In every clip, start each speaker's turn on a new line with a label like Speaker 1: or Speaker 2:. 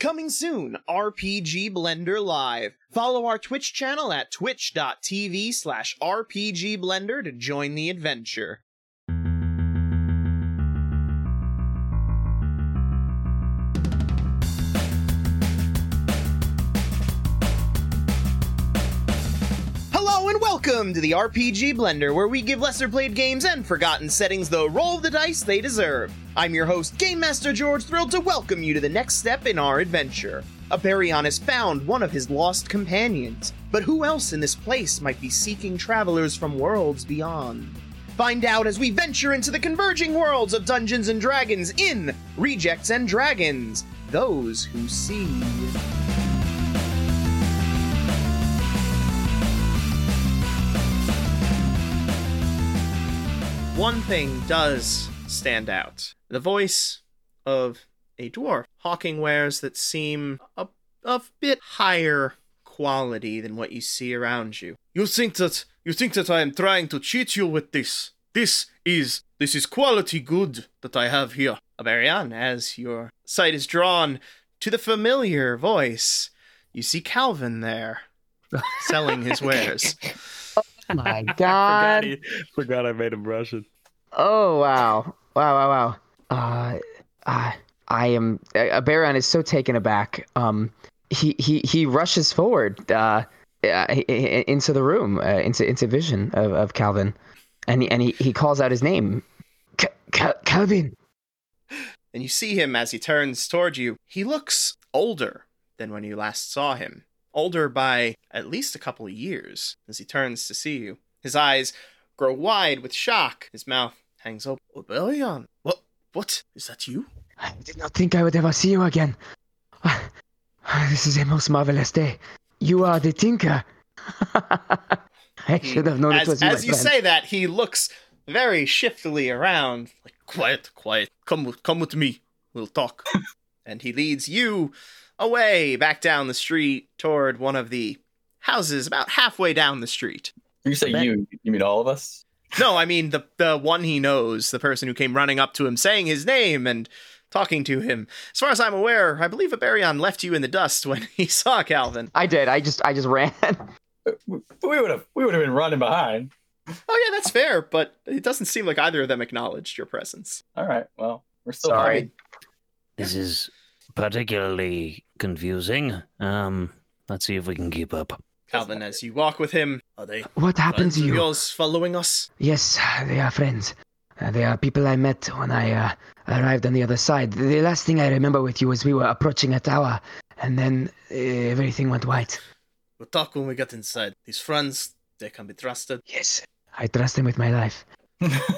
Speaker 1: Coming soon, RPG Blender Live. Follow our Twitch channel at twitch.tv slash RPG Blender to join the adventure. Hello and welcome to the RPG Blender, where we give lesser played games and forgotten settings the roll of the dice they deserve. I'm your host, Game Master George, thrilled to welcome you to the next step in our adventure. A Baryonis found one of his lost companions, but who else in this place might be seeking travelers from worlds beyond? Find out as we venture into the converging worlds of Dungeons and Dragons in Rejects and Dragons, those who see. one thing does stand out the voice of a dwarf hawking wares that seem a, a bit higher quality than what you see around you
Speaker 2: You think that you think that I am trying to cheat you with this? This is this is quality good that I have here.
Speaker 1: Aberian, as your sight is drawn to the familiar voice you see calvin there selling his wares
Speaker 3: My
Speaker 4: Forgot,
Speaker 3: God.
Speaker 4: he- forgot I made him Russian.
Speaker 3: Oh wow. Wow. Wow. Wow. Uh, I I am. Uh, Baron is so taken aback. Um, he he he rushes forward. Uh, uh, i- i- into the room. Uh, into into vision of, of Calvin, and he, and he, he calls out his name. Ca- Ca- Calvin.
Speaker 1: and you see him as he turns toward you. He looks older than when you last saw him, older by at least a couple of years as he turns to see you. His eyes grow wide with shock, his mouth hangs open. Oh,
Speaker 2: Obelion, what what is that you?
Speaker 3: I did not think I would ever see you again. Ah, ah, This is a most marvelous day. You are the tinker. I should have known it
Speaker 1: Hmm. As,
Speaker 3: was you.
Speaker 1: as
Speaker 3: my
Speaker 1: you
Speaker 3: friend.
Speaker 1: say that, he looks very shiftily around, like,
Speaker 2: Quiet, quiet. Come with come with me. We'll talk.
Speaker 1: and he leads you away back down the street toward one of the houses about halfway down the street.
Speaker 5: You say
Speaker 3: Bet-
Speaker 5: you, you mean all of us?
Speaker 1: No, I mean the the one he knows, the person who came running up to him, saying his name and talking to him. As far as I'm aware, I believe Aberion left you in the dust when he saw Calvin.
Speaker 3: I did. I just I just ran.
Speaker 5: We would have we would have been running behind.
Speaker 1: Oh yeah, that's fair, but it doesn't seem like either of them acknowledged your presence.
Speaker 5: All right, well, we're still
Speaker 3: Sorry.
Speaker 5: behind.
Speaker 4: This is particularly confusing. Um, let's see if we can keep up.
Speaker 1: Calvin, as you walk with him,
Speaker 2: Are they
Speaker 3: What happened
Speaker 2: friends
Speaker 3: to
Speaker 2: of
Speaker 3: you?
Speaker 2: yours following us?
Speaker 3: Yes, they are friends. Uh, they are people I met when I uh, arrived on the other side. The last thing I remember with you was we were approaching a tower, and then uh, everything went white.
Speaker 2: We'll talk when we get inside. These friends, they can be trusted.
Speaker 3: Yes, I trust them with my life.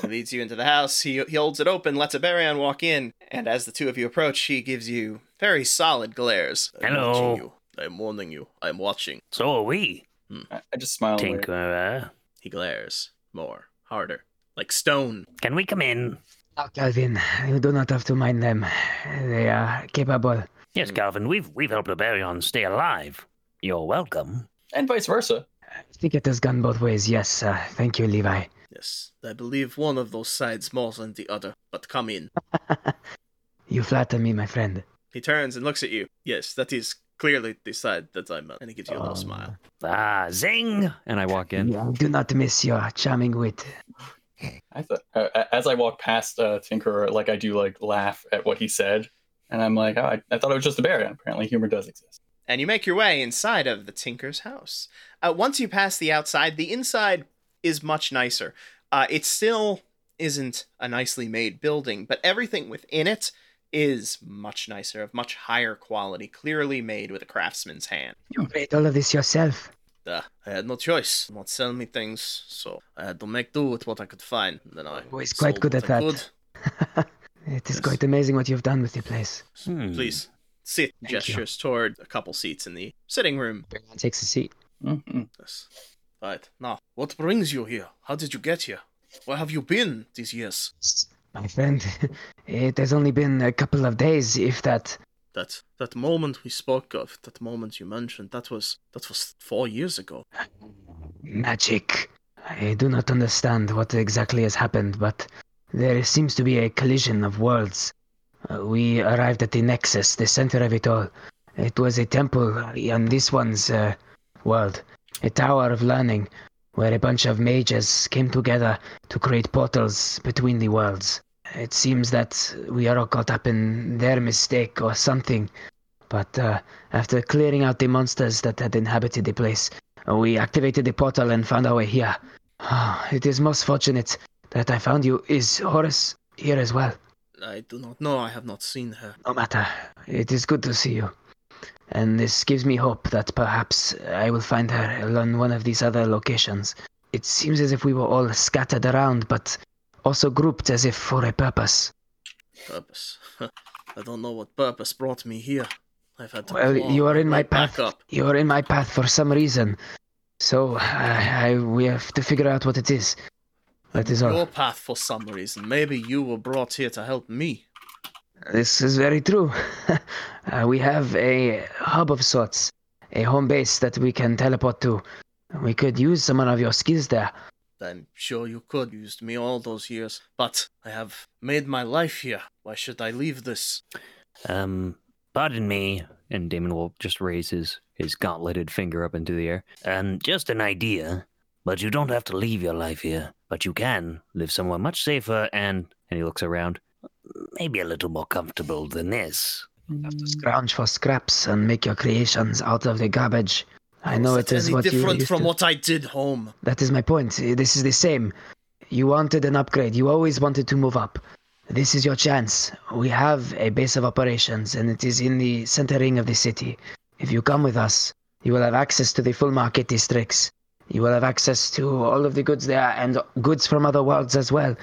Speaker 1: he leads you into the house. He he holds it open, lets Aberion walk in, and as the two of you approach, he gives you very solid glares.
Speaker 2: I'm
Speaker 4: Hello.
Speaker 2: watching you. I'm warning you. I'm watching.
Speaker 4: So are we,
Speaker 5: I, I just smile. and wave.
Speaker 4: Tinkerer.
Speaker 2: He glares more, harder, like stone.
Speaker 4: Can we come in?
Speaker 3: Now, Calvin, you do not have to mind them. They are capable.
Speaker 4: Yes, Calvin. We've we've helped Aberion stay alive. You're welcome.
Speaker 5: And vice versa.
Speaker 3: I think it has gone both ways. Yes, uh, thank you, Levi.
Speaker 2: Yes, I believe one of those sides more than the other. But come in.
Speaker 3: You flatter me, my friend.
Speaker 1: He turns and looks at you.
Speaker 2: Yes, that is clearly the side that I'm at. And he gives you a little
Speaker 3: Um,
Speaker 2: smile.
Speaker 4: Ah, zing!
Speaker 6: and I walk in.
Speaker 3: I do not miss your charming wit.
Speaker 5: I thought, uh, as I walk past uh, Tinkerer, like I do, like laugh at what he said, and I'm like, oh, I, I thought it was just a bear. Apparently, humor does exist.
Speaker 1: and you make your way inside of the Tinker's house. Uh, once you pass the outside, the inside is much nicer. Uh, it still isn't a nicely made building, but everything within it is much nicer, of much higher quality, clearly made with a craftsman's hand.
Speaker 3: You made all of this yourself.
Speaker 2: Uh, I had no choice. They won't sell me things, so I had to make do with what I could find. Then I
Speaker 3: Oh, he's quite
Speaker 2: sold
Speaker 3: good
Speaker 2: what
Speaker 3: at
Speaker 2: I
Speaker 3: that.
Speaker 2: could.
Speaker 3: It is
Speaker 2: Yes.
Speaker 3: quite amazing what you've done with the place.
Speaker 4: Hmm.
Speaker 2: Please sit.
Speaker 3: Thank you.
Speaker 2: gestures toward a couple seats in the sitting room.
Speaker 3: Everyone takes a seat.
Speaker 5: Mm-hmm.
Speaker 2: Yes. Right now, what brings you here? How did you get here? Where have you been these years?
Speaker 3: My friend, it has only been a couple of days, if that.
Speaker 2: That that moment we spoke of, that moment you mentioned, that was that was four years ago.
Speaker 3: Magic. I do not understand what exactly has happened, but there seems to be a collision of worlds. Uh, we arrived at the Nexus, the center of it all. It was a temple on this one's uh, world, a tower of learning, where a bunch of mages came together to create portals between the worlds. It seems that we are all caught up in their mistake or something. But uh, after clearing out the monsters that had inhabited the place, Oh, we activated the portal and found our way here. Ah, it is most fortunate that I found you. Is Horus here as well?
Speaker 1: I do not know. I have not seen her.
Speaker 3: No matter. It is good to see you. And this gives me hope that perhaps I will find her on one of these other locations. It seems as if we were all scattered around, but also grouped as if for a purpose.
Speaker 1: Purpose. I don't know what purpose brought me here. I've had to.
Speaker 3: Well,
Speaker 1: claw
Speaker 3: you are in my
Speaker 1: way back
Speaker 3: path.
Speaker 1: up.
Speaker 3: You are in my path for some reason. So, I, I, we have to figure out what it is. That is all.
Speaker 1: Your path for some reason. Maybe you were brought here to help me.
Speaker 3: This is very true. uh, we have a hub of sorts, a home base that we can teleport to. We could use someone of your skills there.
Speaker 1: I'm sure you could used me all those years, but I have made my life here. Why should I leave this?
Speaker 4: Um, pardon me. And Damon will just raise his, his gauntleted finger up into the air. Um, just an idea, but you don't have to leave your life here. But you can live somewhere much safer and, and he looks around, maybe a little more comfortable than this.
Speaker 3: Have to scrounge for scraps and make your creations out of the garbage. I
Speaker 1: Is
Speaker 3: know it
Speaker 1: that
Speaker 3: is
Speaker 1: any
Speaker 3: what you
Speaker 1: different
Speaker 3: used
Speaker 1: from
Speaker 3: to-
Speaker 1: what I did home.
Speaker 3: That is my point. This is the same. You wanted an upgrade. You always wanted to move up. This is your chance. We have a base of operations, and it is in the center ring of the city. If you come with us, you will have access to the full market districts. You will have access to all of the goods there and goods from other worlds as well.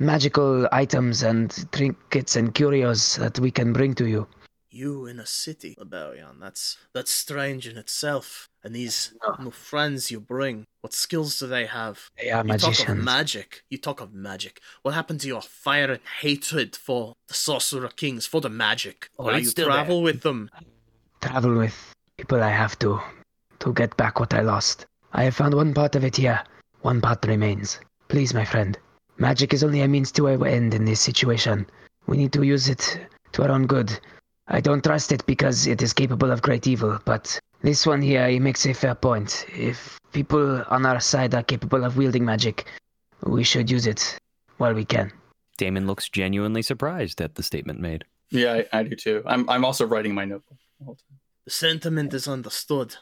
Speaker 3: Magical items and trinkets and curios that we can bring to you.
Speaker 1: You in a city, Labarion. That's that's strange in itself. And these
Speaker 3: No.
Speaker 1: new friends you bring, what skills do they have?
Speaker 3: They are
Speaker 1: You talk of
Speaker 3: magicians.
Speaker 1: magic. You talk of magic. What happened to your fire and hatred for the Sorcerer Kings, for the magic?
Speaker 4: Oh,
Speaker 1: Now
Speaker 4: it's
Speaker 1: you
Speaker 4: still
Speaker 1: travel with them.
Speaker 3: travel with people I have to to get back what I lost. I have found one part of it here. One part remains. Please, my friend. Magic is only a means to an end in this situation. We need to use it to our own good. I don't trust it because it is capable of great evil, but this one here he makes a fair point. If people on our side are capable of wielding magic, we should use it while we can.
Speaker 7: Damon looks genuinely surprised at the statement made.
Speaker 5: Yeah, I, I do too. I'm I'm also writing my notebook. the whole time.
Speaker 1: The sentiment is understood.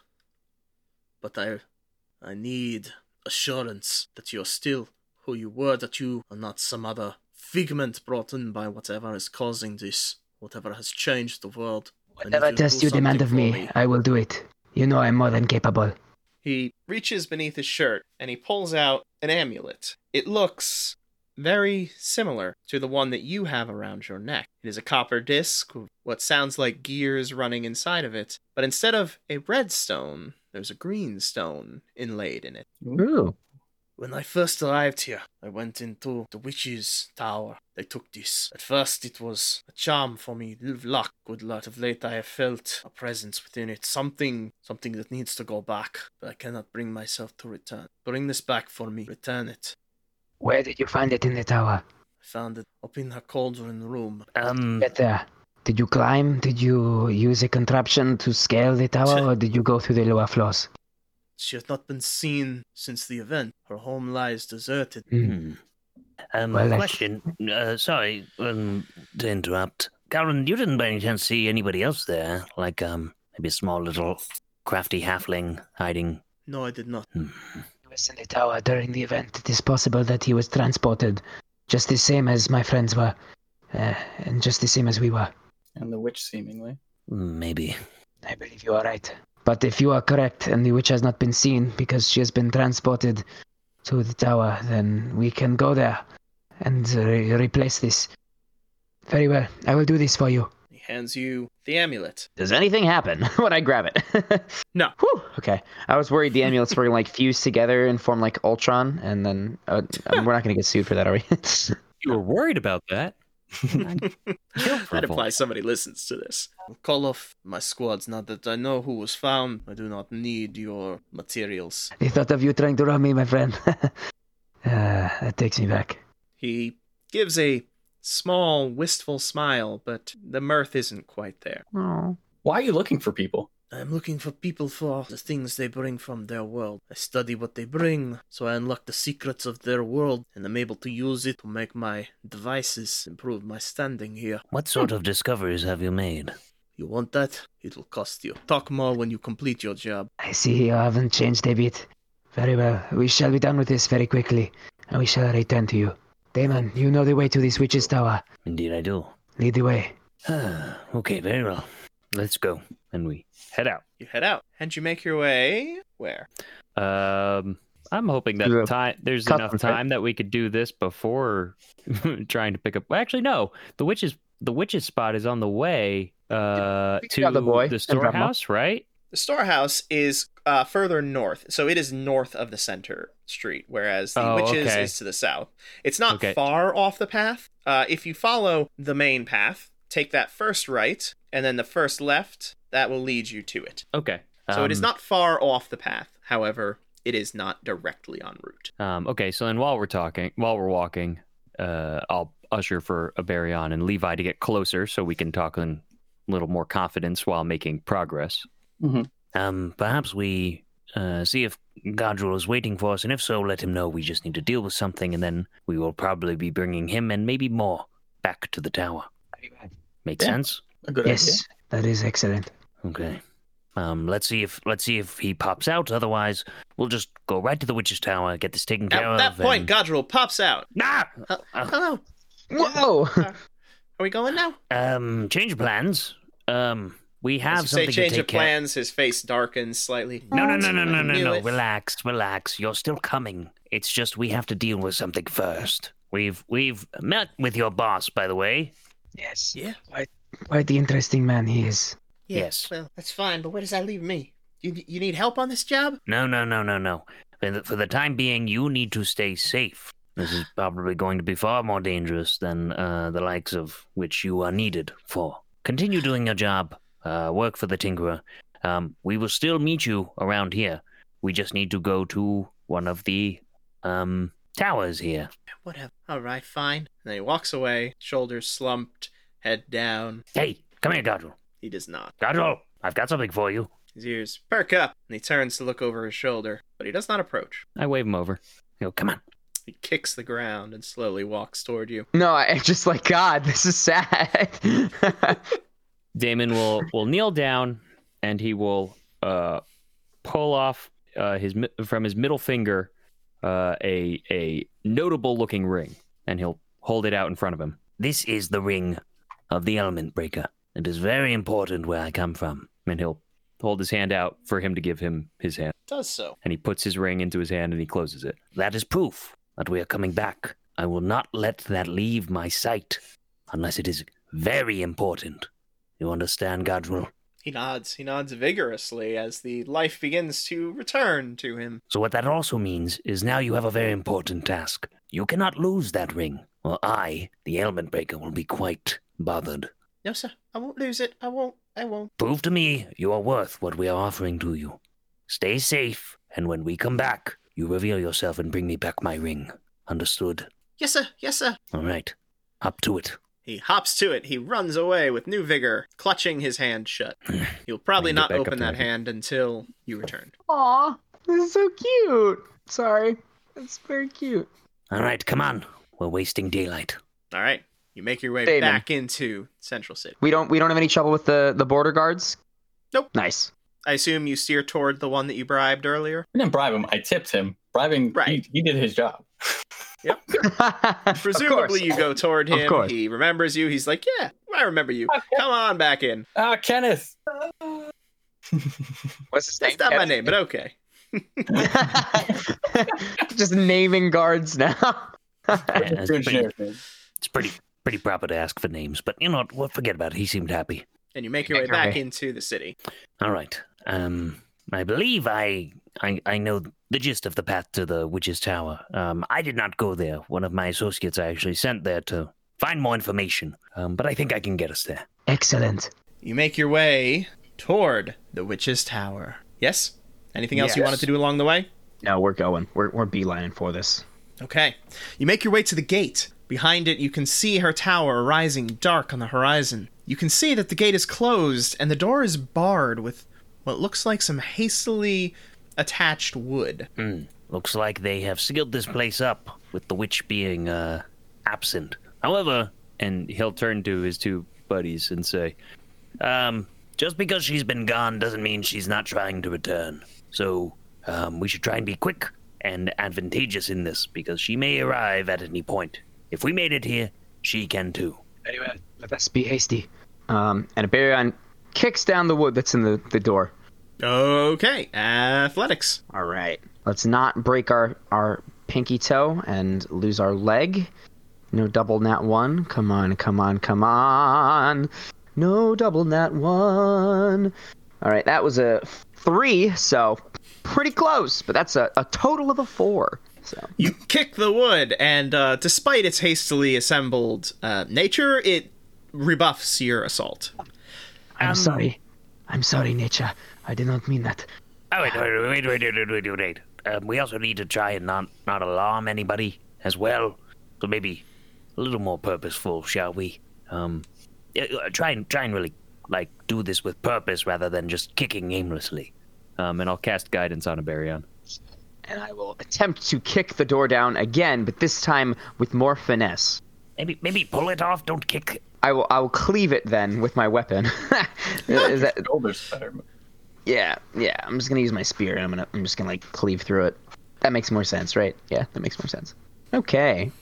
Speaker 1: But I I need assurance that you're still who you were, that you are not some other figment brought in by whatever is causing this, whatever has changed the world. I need
Speaker 3: Whatever
Speaker 1: to
Speaker 3: test
Speaker 1: do
Speaker 3: you demand
Speaker 1: something
Speaker 3: of
Speaker 1: for
Speaker 3: me,
Speaker 1: me.
Speaker 3: I will do it. You know I'm more than capable.
Speaker 8: He reaches beneath his shirt and he pulls out an amulet. It looks very similar to the one that you have around your neck. It is a copper disc, with what sounds like gears running inside of it, but instead of a red stone, there's a green stone inlaid in it.
Speaker 3: Ooh.
Speaker 1: When I first arrived here, I went into the witch's tower. They took this. At first, it was a charm for me, live luck, good luck. Of late, I have felt a presence within it, something, something that needs to go back, but I cannot bring myself to return. Bring this back for me, return it.
Speaker 3: Where did you find it in the tower?
Speaker 1: I found it up in her cauldron room.
Speaker 4: Um,
Speaker 3: get there? Did you climb? Did you use a contraption to scale the tower, or did you go through the lower floors?
Speaker 1: She has not been seen since the event. Her home lies deserted.
Speaker 4: hmm. um
Speaker 3: Well, I-
Speaker 4: question. Uh, sorry um, to interrupt. Karen, you didn't by any chance see anybody else there? Like, um, maybe a small little crafty halfling hiding.
Speaker 1: No, I did not.
Speaker 3: He was in the tower during the event. It is possible that he was transported, just the same as my friends were, uh, and just the same as we were.
Speaker 5: And the witch seemingly.
Speaker 4: Maybe.
Speaker 3: I believe you are right. But if you are correct, and the witch has not been seen because she has been transported to the tower, then we can go there and re- replace this. Very well. I will do this for you.
Speaker 8: He hands you the amulet.
Speaker 3: Does anything happen when I grab it?
Speaker 8: No.
Speaker 3: Whew, okay. I was worried the amulets were gonna like fuse together and form like Ultron, and then uh, we're not gonna get sued for that, are we?
Speaker 7: You were worried about that.
Speaker 8: That
Speaker 7: Purple.
Speaker 8: implies somebody listens to this.
Speaker 1: I'll call off my squads now that I know who was found. I do not need your materials.
Speaker 3: they thought of you trying Ah, to rob me, my friend. uh, that takes me back.
Speaker 8: He gives a
Speaker 2: small, wistful smile, but the mirth isn't quite there.
Speaker 3: Oh.
Speaker 5: Why are you looking for people?
Speaker 2: I'm looking for people for the things they bring from their world. I study what they bring, so I unlock the secrets of their world, and I'm able to use it to make my devices improve my standing here.
Speaker 4: What sort of discoveries have you made?
Speaker 2: You want that? It'll cost you. Talk more when you complete your job.
Speaker 3: I see you haven't changed a bit. Very well. We shall be done with this very quickly, and we shall return to you. Damon, you know the way to this witch's tower.
Speaker 4: Indeed, I do.
Speaker 3: Lead the way.
Speaker 4: okay, very well. Let's go. And we head out.
Speaker 2: You head out, and you make your way where?
Speaker 6: Um, I'm hoping that
Speaker 3: Yeah.
Speaker 6: time there's
Speaker 3: Cut
Speaker 6: enough
Speaker 3: them, right?
Speaker 6: time that we could do this before trying to pick up. well, Actually, no. The witch's the witch's spot is on the way uh,
Speaker 3: We
Speaker 6: to
Speaker 3: got the boy
Speaker 6: the
Speaker 3: and grandma.
Speaker 6: storehouse, right?
Speaker 1: The storehouse is uh, further north, so it is north of the center street, whereas the
Speaker 6: Oh,
Speaker 1: witches
Speaker 6: okay.
Speaker 1: is to the south. It's not
Speaker 6: Okay.
Speaker 1: far off the path. Uh, if you follow the main path, take that first right and then the first left, that will lead you to it.
Speaker 6: Okay.
Speaker 1: So it is
Speaker 6: Um,
Speaker 1: not far off the path. However, it is not directly en route.
Speaker 6: Um, okay, so then while we're talking, while we're walking, uh, I'll usher for Aberion and Levi to get closer so we can talk in a little more confidence while making progress.
Speaker 4: Um, perhaps we uh, see if Gadril is waiting for us, and if so, let him know we just need to deal with something, and then we will probably be bringing him and maybe more back to the tower. Make
Speaker 5: Yeah.
Speaker 4: sense?
Speaker 5: A good idea.
Speaker 3: Yes, that is excellent.
Speaker 4: Okay. Um, let's see if let's see if he pops out. Otherwise, we'll just go right to the witch's tower, get this taken care
Speaker 1: At
Speaker 4: of.
Speaker 1: that point,
Speaker 4: and-
Speaker 1: Godril pops out.
Speaker 4: Ah!
Speaker 1: Hello,
Speaker 3: Whoa!
Speaker 1: are we going now?
Speaker 4: Um, change of plans. Um, we
Speaker 1: As
Speaker 4: have
Speaker 1: you say
Speaker 4: something
Speaker 1: change
Speaker 4: to take
Speaker 1: of
Speaker 4: care.
Speaker 1: plans, his face darkens slightly.
Speaker 4: No, no, no, no, no,
Speaker 1: I
Speaker 4: no,
Speaker 1: knew
Speaker 4: no.
Speaker 1: it.
Speaker 4: Relax, relax. You're still coming. It's just we have to deal with something first. We've we've met with your boss, by the way.
Speaker 3: yes.
Speaker 1: Yeah.
Speaker 3: Quite, quite the interesting man he is.
Speaker 4: Yes.
Speaker 1: Well, that's fine, but where does that leave me? You, you need help on this job?
Speaker 4: No, no, no, no, no. For the, for the time being, you need to stay safe. This is probably going to be far more dangerous than uh, the likes of which you are needed for. Continue doing your job. Uh, work for the Tinkerer. Um, we will still meet you around here. We just need to go to one of the um, towers here.
Speaker 1: Whatever. All right, fine. And then he walks away, shoulders slumped, head down.
Speaker 4: Hey, come here, Godril.
Speaker 1: He does not.
Speaker 4: Godril, I've got something for you.
Speaker 1: His ears perk up, and he turns to look over his shoulder, but he does not approach.
Speaker 6: I wave him over.
Speaker 4: Yo, come on.
Speaker 1: He kicks the ground and slowly walks toward you.
Speaker 3: No, I I'm just like God. This is sad.
Speaker 6: Damon will will kneel down and he will uh, pull off uh, his mi- from his middle finger uh, a a notable looking ring and he'll hold it out in front of him.
Speaker 4: This is the ring of the element breaker. It is very important where I come from.
Speaker 6: And he'll hold his hand out for him to give him his hand.
Speaker 1: Does so.
Speaker 6: And he puts his ring into his hand and he closes it.
Speaker 4: That is proof that we are coming back. I will not let that leave my sight unless it is very important. You understand, Gadril?
Speaker 1: He nods. He nods vigorously as the life begins to return to him.
Speaker 4: So, what that also means is now you have a very important task. You cannot lose that ring, or I, the ailment breaker, will be quite bothered.
Speaker 1: No, sir. I won't lose it. I won't. I won't.
Speaker 4: Prove to me you are worth what we are offering to you. Stay safe, and when we come back, you reveal yourself and bring me back my ring. Understood?
Speaker 1: Yes, sir. Yes, sir.
Speaker 4: All right. Up to it.
Speaker 1: He hops to it. He runs away with new vigor, clutching his hand shut. He'll probably
Speaker 6: Get
Speaker 1: not
Speaker 6: back up
Speaker 1: open
Speaker 6: there.
Speaker 1: that hand until you return.
Speaker 3: Aw, this is so cute. Sorry, that's very cute.
Speaker 4: All right, come on. We're wasting daylight.
Speaker 1: All right. You make your way
Speaker 3: Damon.
Speaker 1: back into Central City.
Speaker 3: We don't we don't have any trouble with the the border guards.
Speaker 1: Nope.
Speaker 3: Nice.
Speaker 1: I assume you steer toward the one that you bribed earlier.
Speaker 5: I didn't bribe him. I tipped him. Bribing,
Speaker 1: Right.
Speaker 5: he, he did his job.
Speaker 1: Presumably, you go toward
Speaker 3: Of
Speaker 1: him.
Speaker 3: course.
Speaker 1: He remembers you. He's like, "Yeah, I remember you.
Speaker 5: Okay.
Speaker 1: Come on back in."
Speaker 5: Ah, Kenneth.
Speaker 3: What's his
Speaker 1: That's not my name, but okay.
Speaker 3: Just naming guards now.
Speaker 4: Yeah, it's,
Speaker 5: Two
Speaker 4: pretty,
Speaker 5: engineers, man.
Speaker 4: it's pretty pretty proper to ask for names, but you know what? We'll forget about it. He seemed happy.
Speaker 1: And you make your way
Speaker 3: Make our
Speaker 1: back
Speaker 3: way.
Speaker 1: into the city.
Speaker 4: All right. Um, I believe I, I I know the gist of the path to the witch's tower. Um, I did not go there. One of my associates I actually sent there to find more information. Um, but I think I can get us there.
Speaker 3: Excellent.
Speaker 1: You make your way toward the witch's tower. Yes. Anything else you
Speaker 3: Yes.
Speaker 1: wanted to do along the way?
Speaker 3: No, we're going. We're we're beelining for this.
Speaker 1: Okay. You make your way to the gate. Behind it, you can see her tower rising dark on the horizon. You can see that the gate is closed and the door is barred with what looks like some hastily attached wood.
Speaker 4: Looks like they have sealed this place up with the witch being uh, absent. However, and he'll turn to his two buddies and say, um, just because she's been gone doesn't mean she's not trying to return. So um, we should try and be quick and advantageous in this because she may arrive at any point. If we made it here, she can too.
Speaker 3: Anyway, let us be hasty. Um, and Aberion kicks down the wood that's in the, the door.
Speaker 1: Okay, athletics.
Speaker 3: All right. Let's not break our, our pinky toe and lose our leg. No double nat one. Come on, come on, come on. No double nat one. All right, that was a three, so pretty close, but that's a, a total of a four. So
Speaker 1: You kick the wood, and uh, despite its hastily assembled uh, nature, it rebuffs your assault.
Speaker 3: I'm sorry. I'm sorry, nature. I did not mean that.
Speaker 4: Oh, wait, wait, wait, wait, wait, wait, wait, wait. Um, we also need to try and not, not alarm anybody as well. So maybe a little more purposeful, shall we? Um, yeah, uh, try and try and really like do this with purpose rather than just kicking aimlessly.
Speaker 6: Um, and I'll cast guidance on a Baryon.
Speaker 3: And I will attempt to kick the door down again, but this time with more finesse.
Speaker 4: Maybe maybe pull it off. Don't kick.
Speaker 3: I will I will cleave it then with my weapon. Is that-
Speaker 5: Shoulders better.
Speaker 3: yeah, yeah. I'm just gonna use my spear and I'm gonna I'm just gonna like cleave through it. That makes more sense, right? Yeah, that makes more sense. Okay.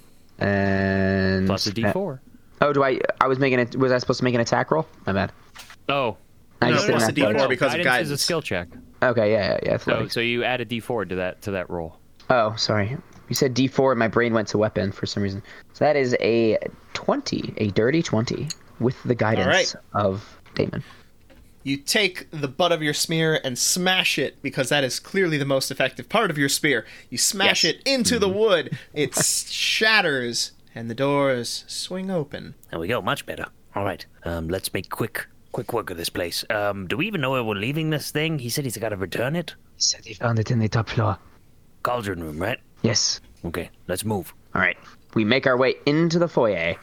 Speaker 3: And
Speaker 6: Plus a
Speaker 3: uh,
Speaker 6: D4.
Speaker 3: oh, do I? I was making it. Was I supposed to make an attack roll? My bad.
Speaker 6: Oh,
Speaker 3: I
Speaker 1: No,
Speaker 3: just did
Speaker 1: plus
Speaker 3: an
Speaker 1: a Oh,
Speaker 3: athletic-
Speaker 1: D4 because of
Speaker 6: guidance, is a
Speaker 1: guidance.
Speaker 6: skill check.
Speaker 3: Okay, yeah, yeah, yeah.
Speaker 6: So,
Speaker 3: Athletics.
Speaker 6: so you add a D4 to that to that roll.
Speaker 3: Oh, sorry. You said D4, and my brain went to weapon for some reason. So that is a 20, a dirty 20, with the guidance of Damon.
Speaker 1: You take the butt of your spear and smash it because that is clearly the most effective part of your spear. You smash
Speaker 3: Yes.
Speaker 1: it into the wood, it s- shatters, and the doors swing open.
Speaker 4: There we go. Much better. All right. Um, let's make quick quick work of this place. Um, do we even know where we're leaving this thing? He said he's got to return it.
Speaker 3: He said he found it in the top floor.
Speaker 4: Cauldron room, right?
Speaker 3: Yes.
Speaker 4: Okay. Let's move.
Speaker 3: All right. We make our way into the foyer.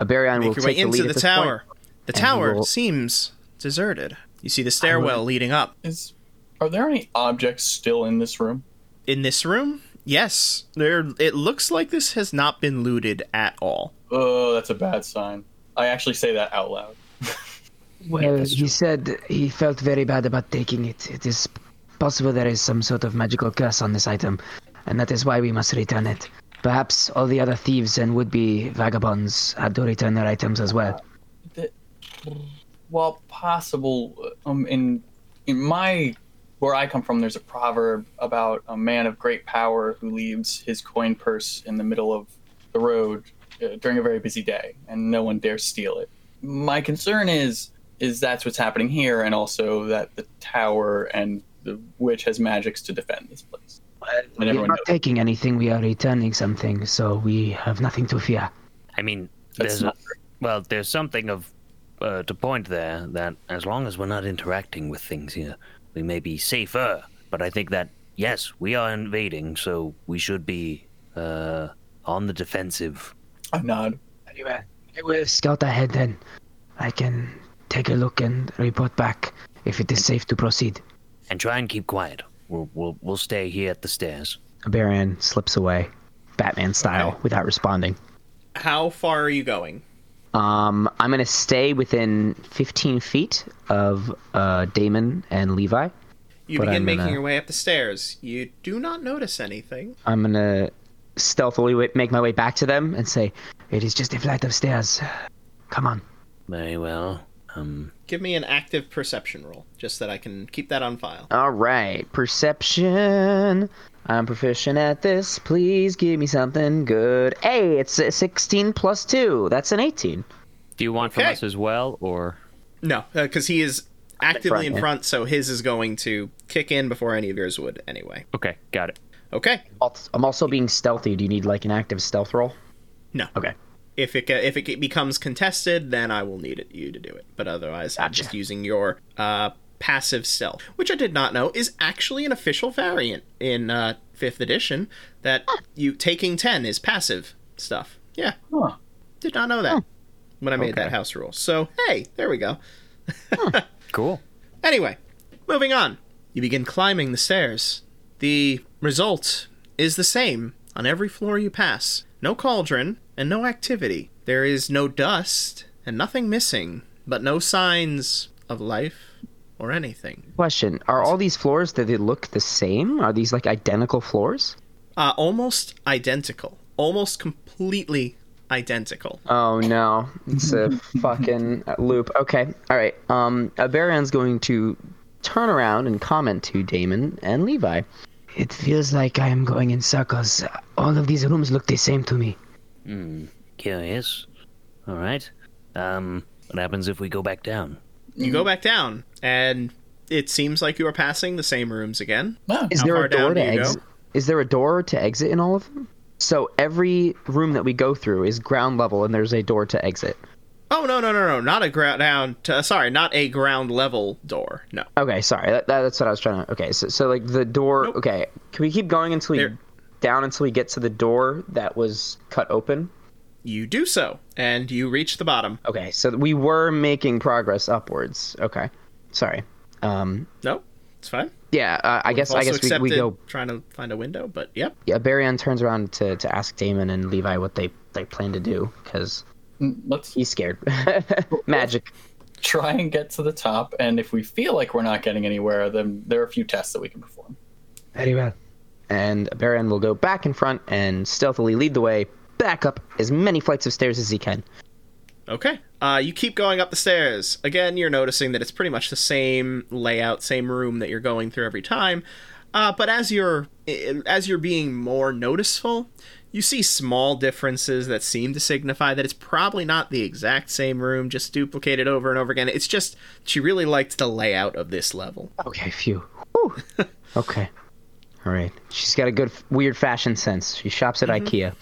Speaker 3: Aberion will
Speaker 1: Make your way
Speaker 3: take the
Speaker 1: into
Speaker 3: lead at
Speaker 1: the
Speaker 3: this
Speaker 1: tower.
Speaker 3: point.
Speaker 1: The
Speaker 3: and
Speaker 1: tower
Speaker 3: we'll-
Speaker 1: seems deserted. You see the stairwell leading up.
Speaker 5: Is are there any objects still in this room?
Speaker 1: In this room, yes, there. It looks like this has not been looted at all.
Speaker 5: Oh, that's a bad sign. I actually say that out loud.
Speaker 3: Well, Uh, he said he felt very bad about taking it. It is possible there is some sort of magical curse on this item, and that is why we must return it. Perhaps all the other thieves and would-be vagabonds had to return their items as well.
Speaker 5: While possible, um, in in my where I come from, there's a proverb about a man of great power who leaves his coin purse in the middle of the road uh, during a very busy day, and no one dares steal it. My concern is is that's what's happening here, and also that the tower and the witch has magics to defend this place. And
Speaker 3: We're
Speaker 5: everyone
Speaker 3: not
Speaker 5: knows
Speaker 3: taking anything, we are returning something, so we have nothing to fear.
Speaker 4: I mean,
Speaker 5: that's
Speaker 4: there's
Speaker 5: not
Speaker 4: a, well, there's something of uh, to point there that as long as we're not interacting with things here, we may be safer. But I think that yes, we are invading, so we should be uh, on the defensive.
Speaker 5: a nod.
Speaker 3: Anyway, I will scout ahead then. I can take a look and report back if it is safe to proceed.
Speaker 4: and try and keep quiet. We'll we'll, we'll stay here at the stairs.
Speaker 3: Baron slips away, Batman style, without responding.
Speaker 1: How far are you going?
Speaker 3: Um, I'm gonna stay within 15 feet of uh, Damon and Levi.
Speaker 1: You
Speaker 3: But
Speaker 1: begin
Speaker 3: I'm
Speaker 1: making
Speaker 3: gonna-
Speaker 1: your way up the stairs. You do not notice anything.
Speaker 3: I'm gonna stealthily wa- make my way back to them and say, "It is just a flight of stairs. Come on."
Speaker 4: Very well. Um,
Speaker 1: Give me an active perception roll, just that I can keep that on file.
Speaker 3: All right, perception. I'm proficient at this. Please give me something good. Hey, it's a 16 plus two. That's an 18.
Speaker 6: Do you want
Speaker 1: Okay.
Speaker 6: from us as well, or
Speaker 1: No, because he is actively
Speaker 3: front,
Speaker 1: in
Speaker 3: yeah.
Speaker 1: front, so his is going to kick in before any of yours would anyway.
Speaker 6: okay, got it.
Speaker 1: Okay.
Speaker 3: Al- I'm also being stealthy. Do you need like an active stealth roll?
Speaker 1: No.
Speaker 3: Okay.
Speaker 1: If it ge- if it ge- becomes contested, then I will need it, you to do it. But otherwise, I'm just using your uh, passive self, which I did not know is actually an official variant in uh, fifth edition. That you taking ten is passive stuff. Did not know that
Speaker 3: Huh.
Speaker 1: when I made
Speaker 6: Okay.
Speaker 1: that house rule. So, hey, there we go.
Speaker 6: Cool.
Speaker 1: Anyway, moving on. You begin climbing the stairs. The result is the same on every floor you pass no cauldron and no activity. There is no dust and nothing missing, but no signs of life or anything.
Speaker 3: Question: Are all these floors do they look the same? Are these like identical floors?
Speaker 1: Uh, almost identical. Almost completely identical.
Speaker 3: Oh no, it's a fucking loop. Okay, all right. Um, Baron's going to turn around and comment to Damon and Levi. It feels like I am going in circles. All of these rooms look the same to me.
Speaker 4: Hmm. Curious. All right. Um. What happens if we go back down?
Speaker 1: You go back down, and it seems like you are passing the same rooms again.
Speaker 5: No.
Speaker 3: Is
Speaker 1: How
Speaker 3: there
Speaker 1: far
Speaker 3: a
Speaker 1: down
Speaker 3: door to
Speaker 1: do you go?
Speaker 3: exit? Is there a door to exit in all of them? So every room that we go through is ground level, and there's a door to exit.
Speaker 1: Oh no no no no! Not a ground down. To, sorry, not a ground level door. No.
Speaker 3: Okay, sorry. That, that, that's what I was trying to. Okay, so, so like the door.
Speaker 1: Nope.
Speaker 3: Okay, can we keep going until we
Speaker 1: There.
Speaker 3: down until we get to the door that was cut open?
Speaker 1: You do so, and you reach the bottom.
Speaker 3: Okay, so we were making progress upwards. Okay, sorry. Um,
Speaker 1: No, it's fine.
Speaker 3: yeah, uh, I guess I guess we, we go.
Speaker 1: trying to find a window, but yep.
Speaker 3: Yeah, Baryon turns around to, to ask Damon and Levi what they they plan to do because
Speaker 5: Let's
Speaker 3: he's scared. Magic.
Speaker 5: try and get to the top, and if we feel like we're not getting anywhere, then there are a few tests that we can perform.
Speaker 3: Very well. And Baron will go back in front and stealthily lead the way back up as many flights of stairs as he can.
Speaker 1: Okay. Uh, you keep going up the stairs. Again, you're noticing that it's pretty much the same layout, same room that you're going through every time. Uh, but as you're eh, as you're being more noticeful, you see small differences that seem to signify that it's probably not the exact same room, just duplicated over and over again. It's just she really liked the layout of this level.
Speaker 3: Okay, phew. Whew. okay. All right. She's got a good, weird fashion sense. She shops at IKEA.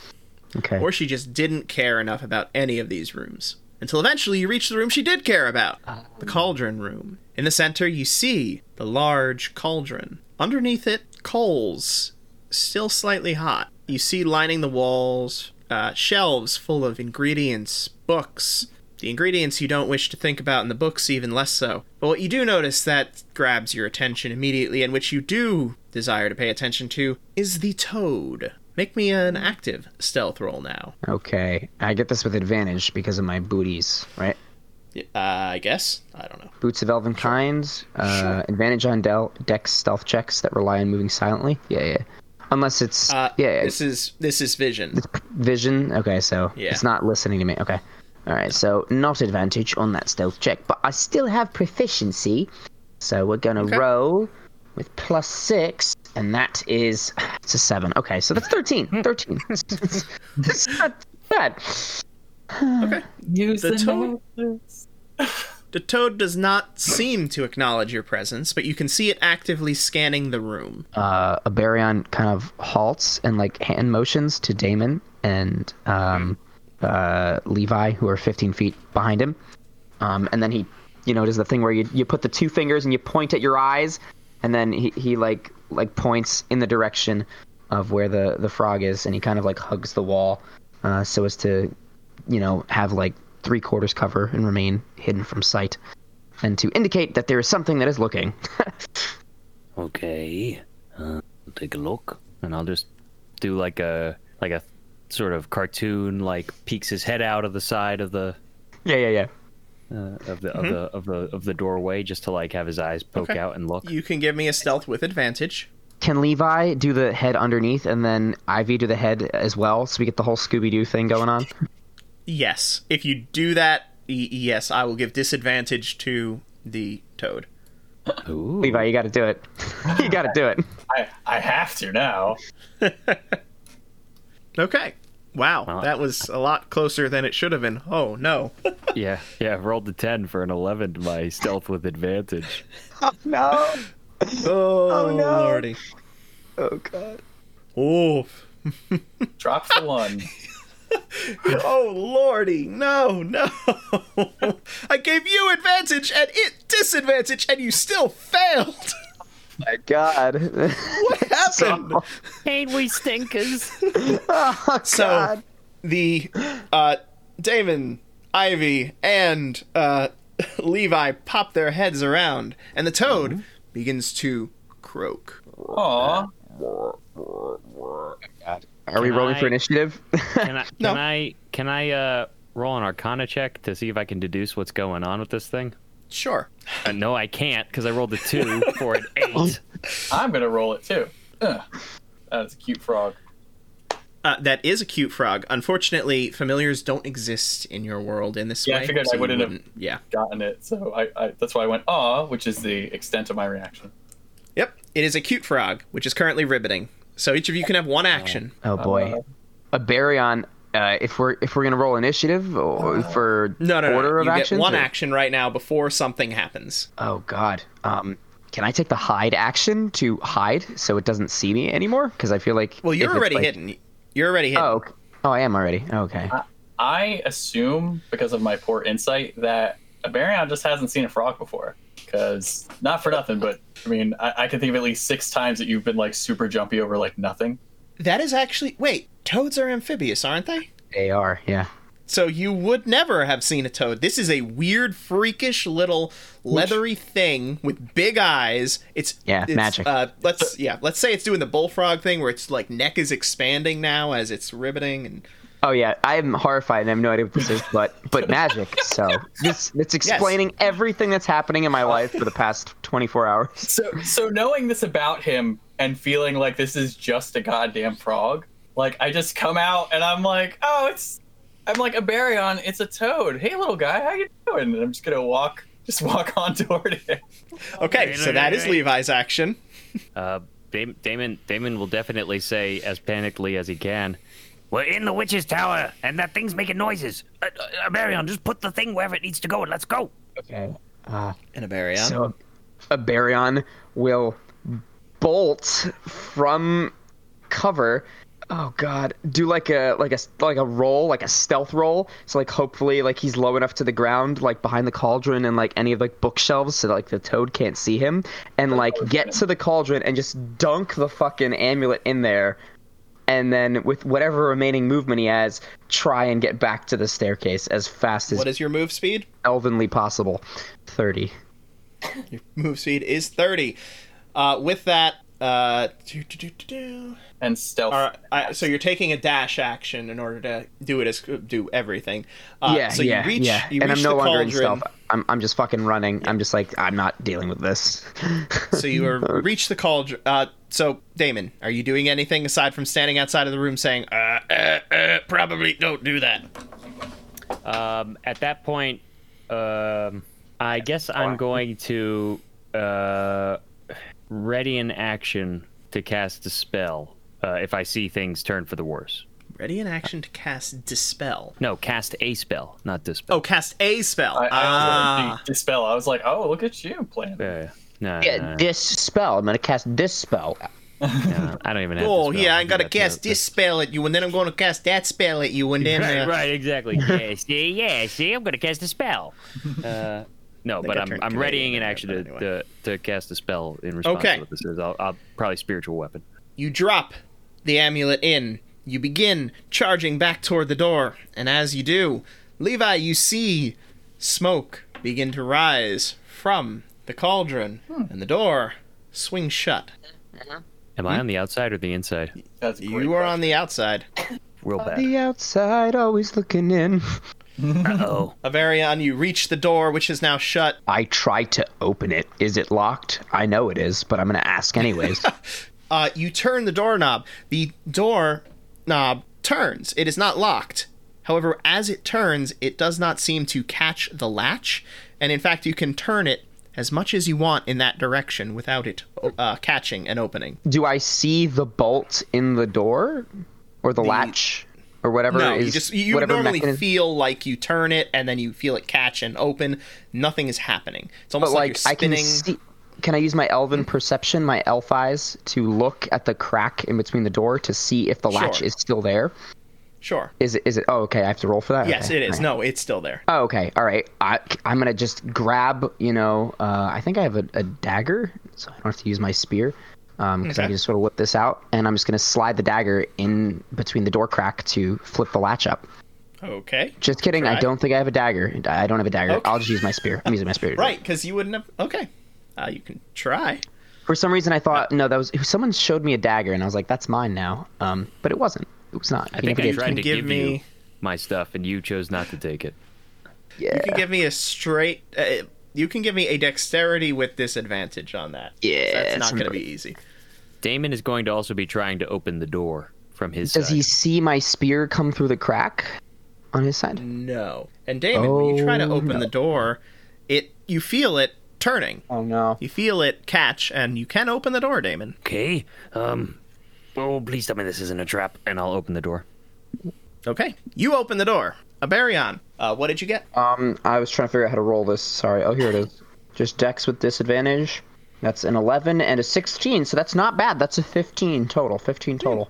Speaker 3: Okay.
Speaker 1: Or she just didn't care enough about any of these rooms. Until eventually you reach the room she did care about the cauldron room. In the center, you see the large cauldron. Underneath it, coals, still slightly hot. You see lining the walls, uh, shelves full of ingredients, books. The ingredients you don't wish to think about, and the books even less so. But what you do notice that grabs your attention immediately, and which you do desire to pay attention to, is the toad. Make me an active stealth roll now.
Speaker 3: Okay. I get this with advantage because of my booties, right?
Speaker 1: Uh, I guess. I don't know.
Speaker 3: Boots of Elven Kind. Uh, Advantage on del- dex stealth checks that rely on moving silently. Yeah, yeah. Unless it's.
Speaker 1: Uh,
Speaker 3: yeah, yeah,
Speaker 1: This is this is vision.
Speaker 3: vision. Okay, so
Speaker 1: Yeah.
Speaker 3: it's not listening to me. Okay. All right, so not advantage on that stealth check, but I still have proficiency. So we're going to
Speaker 1: Okay.
Speaker 3: roll with plus six, and that is. It's a seven. Okay, so that's
Speaker 1: Hmm.
Speaker 3: 13. 13. That's not bad.
Speaker 5: Use
Speaker 1: The
Speaker 5: the,
Speaker 1: toad-
Speaker 5: necklace.
Speaker 1: The toad does not seem to acknowledge your presence, but you can see it actively scanning the room.
Speaker 3: Uh, a Baryon kind of halts and like hand motions to Damon and um, uh, Levi, who are 15 feet behind him. Um, and then he, you know, does the thing where you, you put the two fingers and you point at your eyes, and then he, he like like points in the direction of where the, the frog is, and he kind of like hugs the wall uh, so as to, you know, have like three quarters cover and remain hidden from sight, and to indicate that there is something that is looking.
Speaker 4: Okay. Uh, take a look, and I'll just do like a like a sort of cartoon like peeks his head out of the side of the
Speaker 3: yeah, yeah, yeah.
Speaker 4: uh, of the of the of the of the doorway just to like have his eyes poke
Speaker 1: Mm-hmm. Okay.
Speaker 4: out and look.
Speaker 1: You can give me a stealth with advantage.
Speaker 3: Can Levi do the head underneath and then Ivy do the head as well? So we get the whole Scooby Doo thing going on.
Speaker 1: Yes. If you do that, y- yes, I will give disadvantage to the toad.
Speaker 4: Ooh.
Speaker 3: Levi, you got to do it. you got to do it.
Speaker 5: I, I have to now.
Speaker 1: Okay. Wow,
Speaker 4: Well,
Speaker 1: that was a lot closer than it should have been. Oh no.
Speaker 4: Yeah, yeah. I rolled the ten for an eleven to my stealth with advantage.
Speaker 3: No.
Speaker 1: Oh,
Speaker 3: no.
Speaker 1: lordy.
Speaker 3: Oh god.
Speaker 1: Oof.
Speaker 5: Drop the one.
Speaker 1: Oh lordy, no, no. I gave you advantage and it disadvantage and you still failed.
Speaker 3: My god.
Speaker 1: What happened?
Speaker 4: Ain't we stinkers?
Speaker 3: oh god.
Speaker 1: So the uh, Damon, Ivy, and uh, Levi pop their heads around, and the toad
Speaker 3: Mm-hmm.
Speaker 1: begins to croak.
Speaker 5: Aw.
Speaker 3: Are we
Speaker 6: Can
Speaker 3: rolling for
Speaker 6: I-
Speaker 3: initiative?
Speaker 6: Can I can
Speaker 1: No.
Speaker 6: I can I uh roll an arcana check to see if I can deduce what's going on with this thing?
Speaker 1: Sure.
Speaker 6: Uh, no, I can't because I rolled a two for an
Speaker 1: Oh.
Speaker 6: eight.
Speaker 5: I'm gonna roll it too. Ugh. That's a cute frog.
Speaker 1: Uh, that is a cute frog. Unfortunately, familiars don't exist in your world in this
Speaker 5: Yeah, I
Speaker 1: way.
Speaker 5: figured I
Speaker 1: you
Speaker 5: wouldn't have-
Speaker 1: Yeah.
Speaker 5: Gotten it. So I, I that's why I went aw, which is the extent of my reaction.
Speaker 1: Yep. It is a cute frog, which is currently ribbiting. So each of you can have one action.
Speaker 3: oh boy,
Speaker 5: Uh,
Speaker 3: a Baryon. Uh, if we're if we're gonna roll initiative or for
Speaker 1: Uh, No, no, no,
Speaker 3: order
Speaker 1: no.
Speaker 3: of
Speaker 1: you get
Speaker 3: actions,
Speaker 1: one
Speaker 3: or-
Speaker 1: action right now before something happens.
Speaker 3: Oh God. Um, can I take the hide action to hide so it doesn't see me anymore? Because I feel like
Speaker 1: Well, you're
Speaker 3: if it's
Speaker 1: already
Speaker 3: like-
Speaker 1: hidden. You're already hidden.
Speaker 3: Oh, okay. oh, I am already. Okay.
Speaker 5: I assume because of my poor insight that a Baryon just hasn't seen a frog before. Because not for nothing, but I mean, I, I can think of at least six times that you've been like super jumpy over like nothing.
Speaker 1: That is actually wait. Toads are amphibious, aren't they?
Speaker 3: They are. Yeah.
Speaker 1: So you would never have seen a toad. This is a weird, freakish little leathery thing with big eyes. It's
Speaker 3: Yeah,
Speaker 1: it's,
Speaker 3: magic.
Speaker 1: Uh, let's yeah, let's say it's doing the bullfrog thing where its like neck is expanding now as it's ribbiting and
Speaker 3: Oh yeah. I am horrified and I have no idea what this is, but but magic. So this it's explaining everything that's happening in my life for the past 24 hours.
Speaker 5: So, so knowing this about him and feeling like this is just a goddamn frog, like I just come out and I'm like, oh, it's, I'm like a baryon, it's a toad. Hey, little guy, how you doing? And I'm just gonna walk, just walk on toward him.
Speaker 1: okay.
Speaker 6: Right,
Speaker 1: so
Speaker 6: right,
Speaker 1: that is
Speaker 6: right.
Speaker 1: Levi's action.
Speaker 6: Uh, Dam- Damon Damon will definitely say as panically as he can.
Speaker 4: We're in the witch's tower, and that thing's making noises. Uh, uh, Marion, just put the thing wherever it needs to go, and let's go.
Speaker 3: Okay. Uh,
Speaker 1: And a barrier.
Speaker 3: So a Baryon will bolt from cover. Oh god, do like a like a like a roll, like a stealth roll. So like hopefully like he's low enough to the ground, like behind the cauldron and like any of like bookshelves, so like the toad can't see him, and like get to the cauldron and just dunk the fucking amulet in there, and then with whatever remaining movement he has, try and get back to the staircase as fast as
Speaker 1: What is your move speed?
Speaker 3: elvenly possible. Thirty.
Speaker 1: Move speed is thirty. Uh, with that, uh, do, do, do, do, do.
Speaker 5: And stealth.
Speaker 1: All right, I, so you're taking a dash action in order to do it as do everything. Uh,
Speaker 3: yeah,
Speaker 1: so
Speaker 3: yeah,
Speaker 1: you reach,
Speaker 3: yeah.
Speaker 1: You
Speaker 3: and
Speaker 1: reach
Speaker 3: I'm no
Speaker 1: the
Speaker 3: longer
Speaker 1: cauldron.
Speaker 3: in stealth. I'm, I'm just fucking running. I'm just like, I'm not dealing with this.
Speaker 1: So you are, reach the cauldron. Uh, so Damon, are you doing anything aside from standing outside of the room saying, uh, uh, uh, "Probably don't do that"?
Speaker 6: Um, at that point, um, I guess I'm going to uh, ready an action to cast a spell uh, if I see things turn for the worse.
Speaker 1: Ready in action to cast dispel.
Speaker 6: No, cast a spell, not dispel.
Speaker 1: Oh, cast a spell.
Speaker 5: I, I
Speaker 1: ah,
Speaker 5: was like, dispel. I was like, oh, look at you playing.
Speaker 6: Uh, no,
Speaker 3: yeah,
Speaker 6: no,
Speaker 3: this spell. I'm gonna cast this spell.
Speaker 6: no, I don't even have
Speaker 1: oh
Speaker 6: the spell.
Speaker 1: yeah, I'm gonna
Speaker 6: That's-
Speaker 1: cast
Speaker 6: that's-
Speaker 1: this spell at you, and then I'm gonna cast that spell at you, and then uh,
Speaker 6: Right, right, exactly. Yeah, see, yeah, see, I'm gonna cast a spell. Uh, no,
Speaker 1: think
Speaker 6: but
Speaker 1: I
Speaker 6: I'm,
Speaker 1: turned
Speaker 6: I'm
Speaker 1: Canadian
Speaker 6: readying an
Speaker 1: there,
Speaker 6: action to,
Speaker 1: but anyway.
Speaker 6: to, to cast a spell in response
Speaker 1: Okay.
Speaker 6: to what this is. I'll, I'll probably spiritual weapon.
Speaker 1: You drop the amulet in. You begin charging back toward the door, and as you do, Levi, you see smoke begin to rise from the cauldron, and the door swings shut.
Speaker 6: Am
Speaker 1: Hmm?
Speaker 6: I on the outside or the inside?
Speaker 5: That's great.
Speaker 1: You are on the outside.
Speaker 6: Real bad.
Speaker 3: The outside, always looking in.
Speaker 4: Oh,
Speaker 1: Avarion, you reach the door, which is now shut.
Speaker 3: I tried to open it. Is it locked? I know it is, but I'm gonna ask anyways.
Speaker 1: Uh, you turn the doorknob. The door knob turns. It is not locked. However, as it turns, it does not seem to catch the latch, and in fact, you can turn it as much as you want in that direction without it uh, catching and opening.
Speaker 3: Do I see the bolt in the door, or the, latch, or whatever?
Speaker 1: No,
Speaker 3: is,
Speaker 1: you just you
Speaker 3: whatever
Speaker 1: normally
Speaker 3: mechanism-
Speaker 1: feel like you turn it and then you feel it catch and open. Nothing is happening. It's
Speaker 3: but
Speaker 1: almost
Speaker 3: like,
Speaker 1: you're
Speaker 3: I can
Speaker 1: spinning. Mm.
Speaker 3: see. Can I use my elven perception, my elf eyes, to look at the crack in between the door to see if the latch
Speaker 1: Sure.
Speaker 3: is still there?
Speaker 1: Sure.
Speaker 3: Is it? Is it? Oh, okay. I have to roll for that.
Speaker 1: Yes,
Speaker 3: Okay,
Speaker 1: it is.
Speaker 3: alright.
Speaker 1: No, it's still there.
Speaker 3: Oh, okay. All right. I, I'm gonna just grab. You know, uh, I think I have a, a dagger, so I don't have to use my spear. because um, 'cause I
Speaker 1: Okay.
Speaker 3: can just sort of whip this out, and I'm just gonna slide the dagger in between the door crack to flip the latch up.
Speaker 1: Okay.
Speaker 3: Just kidding.
Speaker 1: Try.
Speaker 3: I don't think I have a dagger. I don't have a dagger.
Speaker 1: Okay.
Speaker 3: I'll just use my spear. I'm using my spear.
Speaker 1: Right, because you wouldn't have. Okay. Uh, you can try.
Speaker 3: For some reason, I thought no, that was someone showed me a dagger, and I was like, "That's mine now." Um, but it wasn't. It was not.
Speaker 6: I think I
Speaker 1: You
Speaker 6: tried
Speaker 1: can
Speaker 6: to
Speaker 1: give
Speaker 6: give
Speaker 1: me-
Speaker 6: you my stuff, and you chose not to take it.
Speaker 3: Yeah.
Speaker 1: You can give me a straight. Uh, you can give me a dexterity with disadvantage on that.
Speaker 3: Yeah,
Speaker 1: That's not
Speaker 3: some-
Speaker 1: going to be easy.
Speaker 6: Damon is going to also be trying to open the door from his
Speaker 3: Does
Speaker 6: side.
Speaker 3: he see my spear come through the crack on his side?
Speaker 1: No. And Damon, when you try to
Speaker 3: Oh,
Speaker 1: open
Speaker 3: no.
Speaker 1: the door, it you feel it turning.
Speaker 3: Oh no.
Speaker 1: You feel it catch, and you can open the door, Damon.
Speaker 4: Okay. Um. Oh, please tell me this isn't a trap, and I'll open the door.
Speaker 1: Okay. You open the door. Abarion, uh, what did you get?
Speaker 3: Um, I was trying to figure out how to roll this. Sorry. Oh, here it is. Just dex with disadvantage. That's an 11 and a 16, so that's not bad. That's a 15 total. 15 total.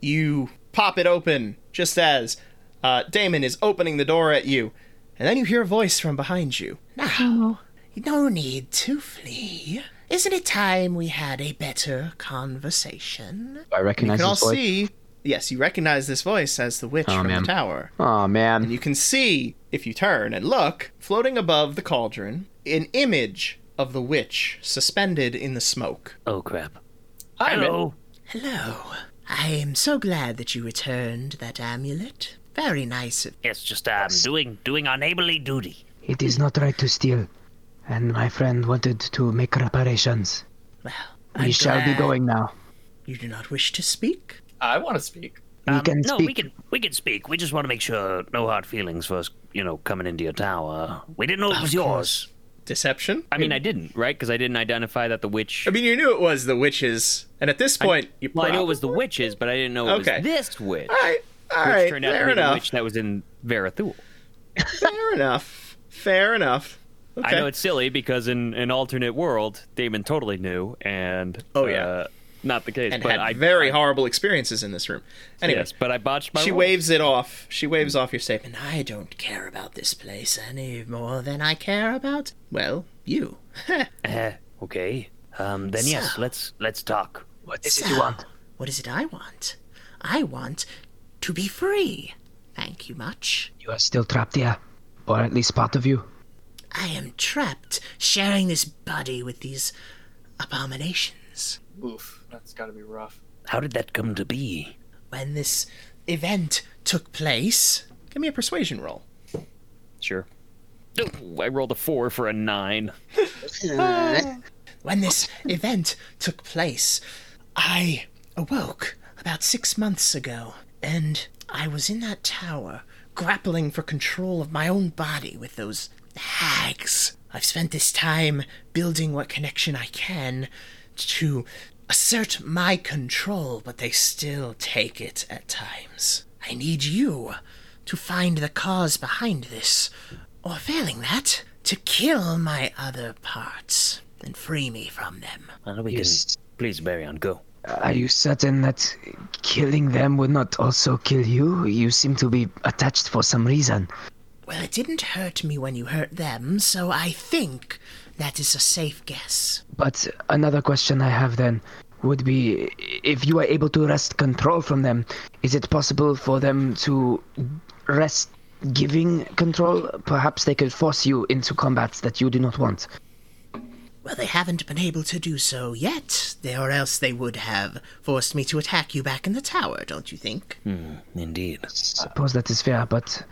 Speaker 1: you pop it open just as uh, Damon is opening the door at you, and then you hear a voice from behind you. Now, no need to flee. Isn't it time we had a better conversation?
Speaker 3: I
Speaker 1: You
Speaker 3: recognize
Speaker 1: can all
Speaker 3: this voice.
Speaker 1: see. Yes, you recognize this voice as the witch
Speaker 3: Oh,
Speaker 1: from
Speaker 3: man.
Speaker 1: the tower.
Speaker 3: Oh man.
Speaker 1: You can see, if you turn and look, floating above the cauldron, an image of the witch suspended in the smoke.
Speaker 4: Oh crap.
Speaker 5: Hi, man.
Speaker 4: Hello.
Speaker 1: Hello. I am so glad that you returned that amulet. Very nice of
Speaker 4: Yes, just um, doing doing our neighborly duty.
Speaker 9: It is not right to steal, and my friend wanted to make reparations.
Speaker 1: Well,
Speaker 9: we shall be going now.
Speaker 1: You do not wish to speak?
Speaker 5: I want to speak.
Speaker 9: We
Speaker 4: Um,
Speaker 9: can
Speaker 4: no,
Speaker 9: speak.
Speaker 4: we can we can speak. We just want to make sure no hard feelings for us, you know, coming into your tower. We didn't know it was yours.
Speaker 1: Deception?
Speaker 6: I mean, I didn't, right? Because I didn't identify that the witch.
Speaker 1: I mean, you knew it was the witches, and at this point, you
Speaker 6: Well, I knew it
Speaker 1: prob-
Speaker 6: was the witches, but I didn't know it
Speaker 1: Okay.
Speaker 6: was this witch,
Speaker 1: All right, all
Speaker 6: which
Speaker 1: right,
Speaker 6: turned out to
Speaker 1: fair
Speaker 6: be the
Speaker 1: enough,
Speaker 6: witch that was in Verathul.
Speaker 1: fair enough, fair enough. Okay.
Speaker 6: I know it's silly because in an alternate world, Damon totally knew, and
Speaker 1: Oh, yeah.
Speaker 6: uh, not the case.
Speaker 1: and
Speaker 6: but
Speaker 1: had
Speaker 6: I
Speaker 1: very horrible experiences in this room. Anyways,
Speaker 6: yes, but I botched my.
Speaker 1: she
Speaker 6: roll.
Speaker 1: waves it off. She waves off your statement. I don't care about this place any more than I care about, well, you.
Speaker 4: Eh, okay. Um, then yes,
Speaker 1: So-
Speaker 4: let's let's talk.
Speaker 9: What is it you want?
Speaker 1: What is it I want? I want to be free. Thank you much.
Speaker 9: You are still trapped here, or at least part of you.
Speaker 1: I am trapped sharing this body with these abominations.
Speaker 5: Oof, that's got to be rough.
Speaker 4: How did that come to be?
Speaker 1: When this event took place. Give me a persuasion roll.
Speaker 6: Sure. Ooh, I rolled a four for a nine.
Speaker 1: When this event took place, I awoke about six months ago, and I was in that tower, grappling for control of my own body with those hags. I've spent this time building what connection I can to assert my control, but they still take it at times. I need you to find the cause behind this, or failing that, to kill my other parts and free me from them.
Speaker 4: Well, we
Speaker 9: Yes.
Speaker 4: can please, Barion, go.
Speaker 9: Are you certain that killing them would not also kill you? You seem to be attached for some reason.
Speaker 1: Well, it didn't hurt me when you hurt them, so I think that is a safe guess.
Speaker 9: But another question I have then would be if you are able to wrest control from them, is it possible for them to wrest giving control? Perhaps they could force you into combats that you do not want.
Speaker 1: Well, they haven't been able to do so yet, they- or else they would have forced me to attack you back in the tower, don't you think?
Speaker 4: Indeed.
Speaker 9: Suppose that is fair, but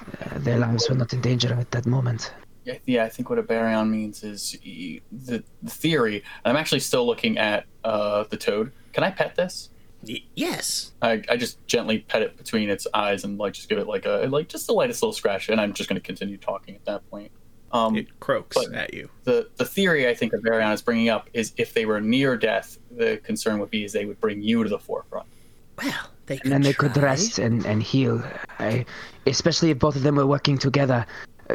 Speaker 9: uh, their lives were not in danger at that moment.
Speaker 5: Yeah, yeah, I think what a baryon means is e- the, the theory. and I'm actually still looking at uh, the toad. Can I pet this?
Speaker 1: Y- yes.
Speaker 5: I, I just gently pet it between its eyes and like just give it like a like just the lightest little scratch, and I'm just going to continue talking at that point. Um,
Speaker 1: croaks
Speaker 5: But-
Speaker 1: at you.
Speaker 5: the the theory I think that Baryon is bringing up is if they were near death, the concern would be is they would bring you to the forefront.
Speaker 1: Well, they could
Speaker 9: And then they could
Speaker 1: try.
Speaker 9: rest and, and heal, I, especially if both of them were working together.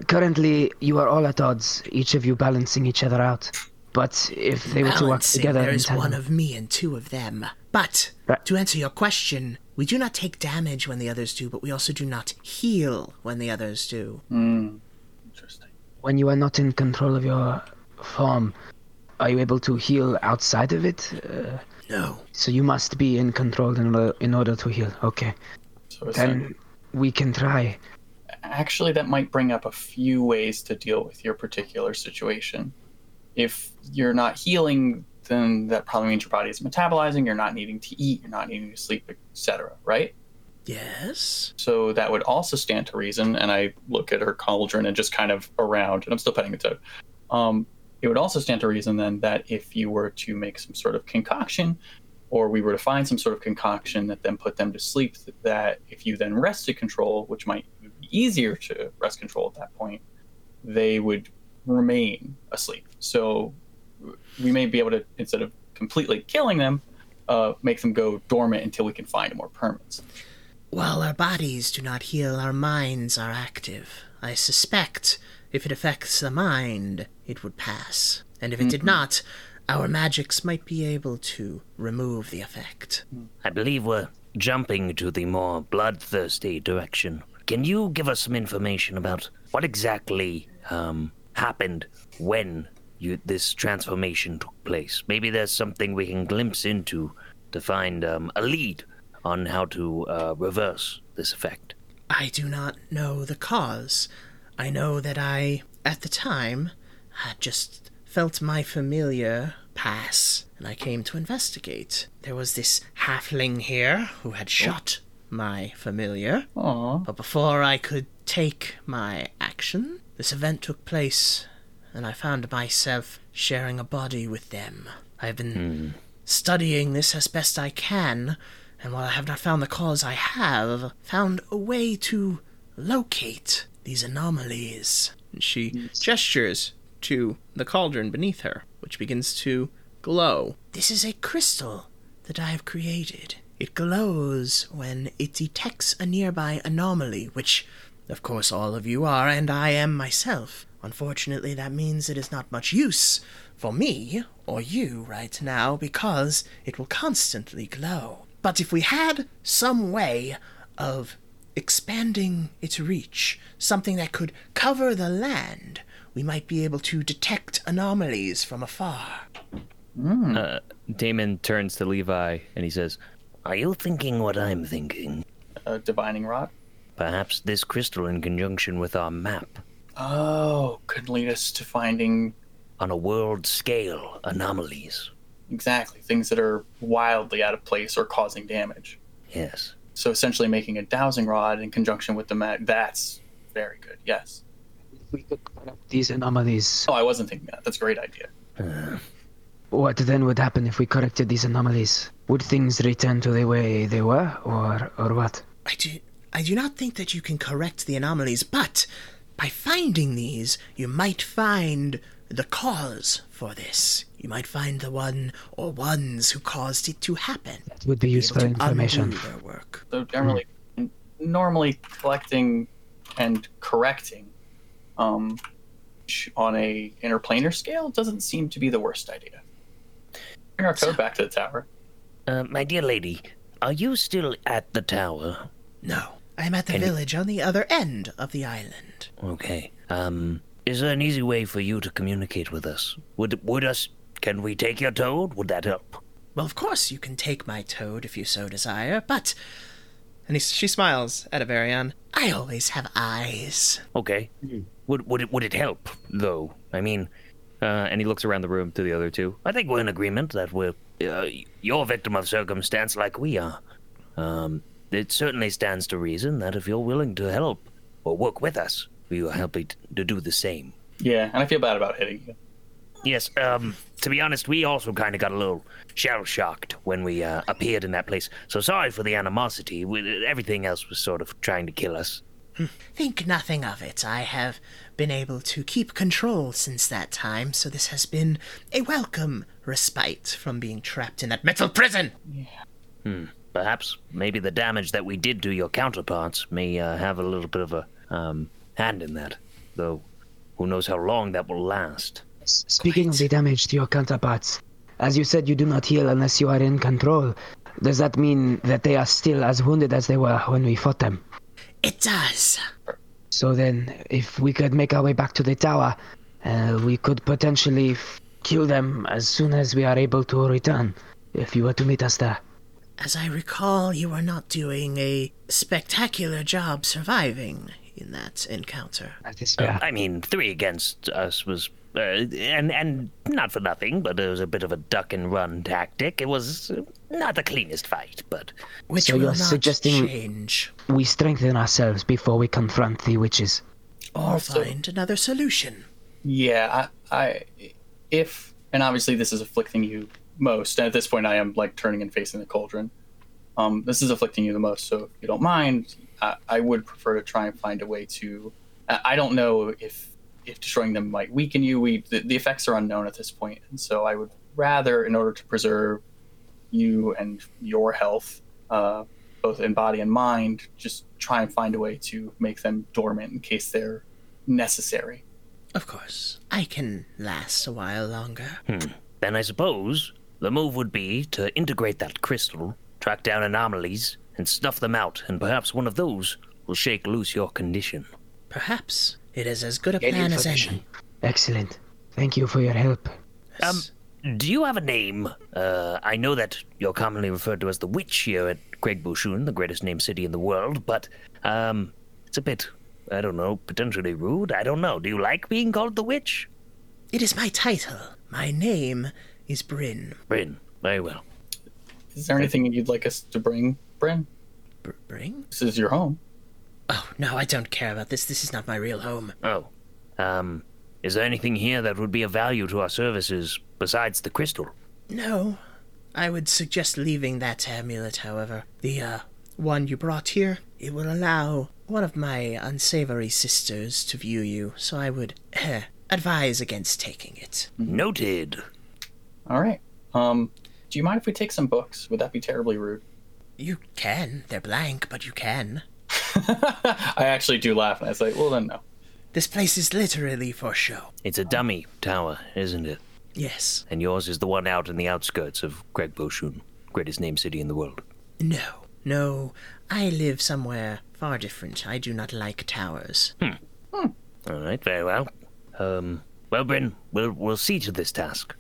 Speaker 9: Currently, you are all at odds, each of you balancing each other out. But if they were to work
Speaker 1: Balancing,
Speaker 9: together,
Speaker 1: There
Speaker 9: in
Speaker 1: is
Speaker 9: tandem-
Speaker 1: one of me and two of them. But
Speaker 9: Right.
Speaker 1: to answer your question, we do not take damage when the others do, but we also do not heal when the others do.
Speaker 5: Hmm. Interesting.
Speaker 9: when you are not in control of your form,
Speaker 3: Are you able to heal outside of it? Uh,
Speaker 1: No.
Speaker 3: so you must be in control in order, in order to heal. Okay.
Speaker 5: So it's
Speaker 3: Then we can try.
Speaker 5: actually that might bring up a few ways to deal with your particular situation if you're not healing then that probably means your body is metabolizing you're not needing to eat you're not needing to sleep etc right
Speaker 1: Yes.
Speaker 5: so that would also stand to reason and i look at her cauldron and just kind of around and i'm still petting its out um, it would also stand to reason then that if you were to make some sort of concoction or we were to find some sort of concoction that then put them to sleep that if you then rested control which might be easier to rest control at that point they would remain asleep so we may be able to instead of completely killing them uh, make them go dormant until we can find a more permanent solution.
Speaker 1: While our bodies do not heal, our minds are active. I suspect if it affects the mind, it would pass. And if it did not, our magics might be able to remove the effect.
Speaker 4: I believe we're jumping to the more bloodthirsty direction. Can you give us some information about what exactly um, happened when you, this transformation took place? Maybe there's something we can glimpse into to find um, a lead on how to uh, reverse this effect.
Speaker 1: I do not know the cause. I know that I, at the time, had just felt my familiar pass, and I came to investigate. There was this halfling here who had shot my familiar,
Speaker 5: Aww.
Speaker 1: but before I could take my action, this event took place, and I found myself sharing a body with them. I've been studying this as best I can, and while I have not found the cause, I have found a way to locate these anomalies. And she gestures to the cauldron beneath her, which begins to glow. This is a crystal that I have created. It glows when it detects a nearby anomaly, which, of course, all of you are, and I am myself. Unfortunately, that means it is not much use for me or you right now because it will constantly glow. But if we had some way of expanding its reach, something that could cover the land, we might be able to detect anomalies from afar.
Speaker 6: Damon turns to Levi and he says,
Speaker 4: Are you thinking what I'm thinking?
Speaker 5: Uh, divining rod.
Speaker 4: Perhaps this crystal, in conjunction with our map,
Speaker 5: Oh, could lead us to finding
Speaker 4: on a world scale, anomalies.
Speaker 5: exactly things that are wildly out of place or causing damage.
Speaker 4: Yes.
Speaker 5: So essentially, making a dowsing rod in conjunction with the mag. That's very good. Yes.
Speaker 3: We could cut up these anomalies.
Speaker 5: Oh, I wasn't thinking that. That's a great idea.
Speaker 3: What then would happen if we corrected these anomalies? Would things return to the way they were, or or what?
Speaker 1: I do, I do not think that you can correct the anomalies, but by finding these, you might find the cause for this. You might find the one or ones who caused it to happen.
Speaker 3: That would be useful
Speaker 1: To
Speaker 3: information.
Speaker 1: undo their work.
Speaker 5: So generally, n- normally collecting and correcting um, sh- on a interplanar scale doesn't seem to be the worst idea. Bring our code back to the tower.
Speaker 4: Uh, my dear lady, are you still at the tower?
Speaker 1: No, I am at the
Speaker 4: Can you-
Speaker 1: village on the other end of the island.
Speaker 4: Okay. Um, is there an easy way for you to communicate with us? Would would us? Can we take your toad? Would that help?
Speaker 1: Well, of course, you can take my toad if you so desire, but. And he, she smiles at Avarion. I always have eyes.
Speaker 4: Okay. Would would it would it help though? I mean,
Speaker 6: uh, and he looks around the room to the other two.
Speaker 4: I think we're in agreement that we're uh, you're a victim of circumstance like we are. Um, it certainly stands to reason that if you're willing to help or work with us, we are happy t- to do the same.
Speaker 5: Yeah, and I feel bad about hitting you.
Speaker 4: Yes, um, to be honest, we also kind of got a little shell shocked when we uh, appeared in that place. So sorry for the animosity. We, everything else was sort of trying to kill us.
Speaker 1: Think nothing of it. I have been able to keep control since that time, so this has been a welcome respite from being trapped in that metal prison!
Speaker 4: Perhaps maybe the damage that we did to your counterparts may uh, have a little bit of a um, hand in that, though. Who knows how long that will last?
Speaker 3: Speaking of the damage to your counterparts, as you said, you do not heal unless you are in control. Does that mean that they are still as wounded as they were when we fought them?
Speaker 1: It does!
Speaker 3: So then, if we could make our way back to the tower, uh, we could potentially f-
Speaker 9: kill them as soon as we are able to return, if you are to meet us there.
Speaker 10: As I recall, you were not doing a spectacular job surviving in that encounter.
Speaker 9: That is
Speaker 4: Uh,
Speaker 9: fair.
Speaker 4: I mean, three against us was, uh, and and not for nothing, but it was a bit of a duck and run tactic. It was uh, not the cleanest fight, but
Speaker 10: Which
Speaker 9: So
Speaker 10: will
Speaker 9: you're
Speaker 10: not
Speaker 9: suggesting-
Speaker 10: change
Speaker 9: we strengthen ourselves before we confront the witches.
Speaker 10: or find another solution.
Speaker 5: Yeah, I, I if and obviously this is afflicting you most. And at this point, I am like turning and facing the cauldron. Um, this is afflicting you the most, so if you don't mind, I, I would prefer to try and find a way to. I, I don't know if if destroying them might weaken you. We the, the effects are unknown at this point, and so I would rather, in order to preserve you and your health, uh, both in body and mind, just try and find a way to make them dormant in case they're necessary.
Speaker 10: Of course, I can last a while longer.
Speaker 4: then I suppose the move would be to integrate that crystal, track down anomalies, and snuff them out, and perhaps one of those will shake loose your condition.
Speaker 10: Perhaps it is as good a
Speaker 9: Get
Speaker 10: plan as
Speaker 9: information.
Speaker 10: any.
Speaker 9: Excellent. Thank you for your help.
Speaker 4: Um, do you have a name? Uh, I know that you're commonly referred to as the witch here at Greg Bushun, the greatest named city in the world, but um, it's a bit, I don't know, potentially rude. I don't know. Do you like being called the witch?
Speaker 10: It is my title. My name is Bryn.
Speaker 4: Bryn, very well.
Speaker 5: Is there anything you'd like us to bring, Bryn?
Speaker 10: Br- Bryn?
Speaker 5: This is your home.
Speaker 10: Oh, no, I don't care about this. This is not my real home.
Speaker 4: Oh, um, is there anything here that would be of value to our services besides the crystal?
Speaker 10: No. I would suggest leaving that amulet, however. The, uh, one you brought here, it will allow one of my unsavory sisters to view you, so I would, eh, advise against taking it.
Speaker 4: Noted.
Speaker 5: All right. Um, do you mind if we take some books? Would that be terribly rude?
Speaker 10: You can. They're blank, but you can.
Speaker 5: I actually do laugh, and I say, "Well, then, no."
Speaker 10: This place is literally for show.
Speaker 4: It's a dummy tower, isn't it?
Speaker 10: Yes.
Speaker 4: And yours is the one out in the outskirts of Greg Bushun, greatest named city in the world.
Speaker 10: No. No. I live somewhere far different. I do not like towers.
Speaker 4: All right, very well. Um, well, Bryn, we'll we'll see to this task.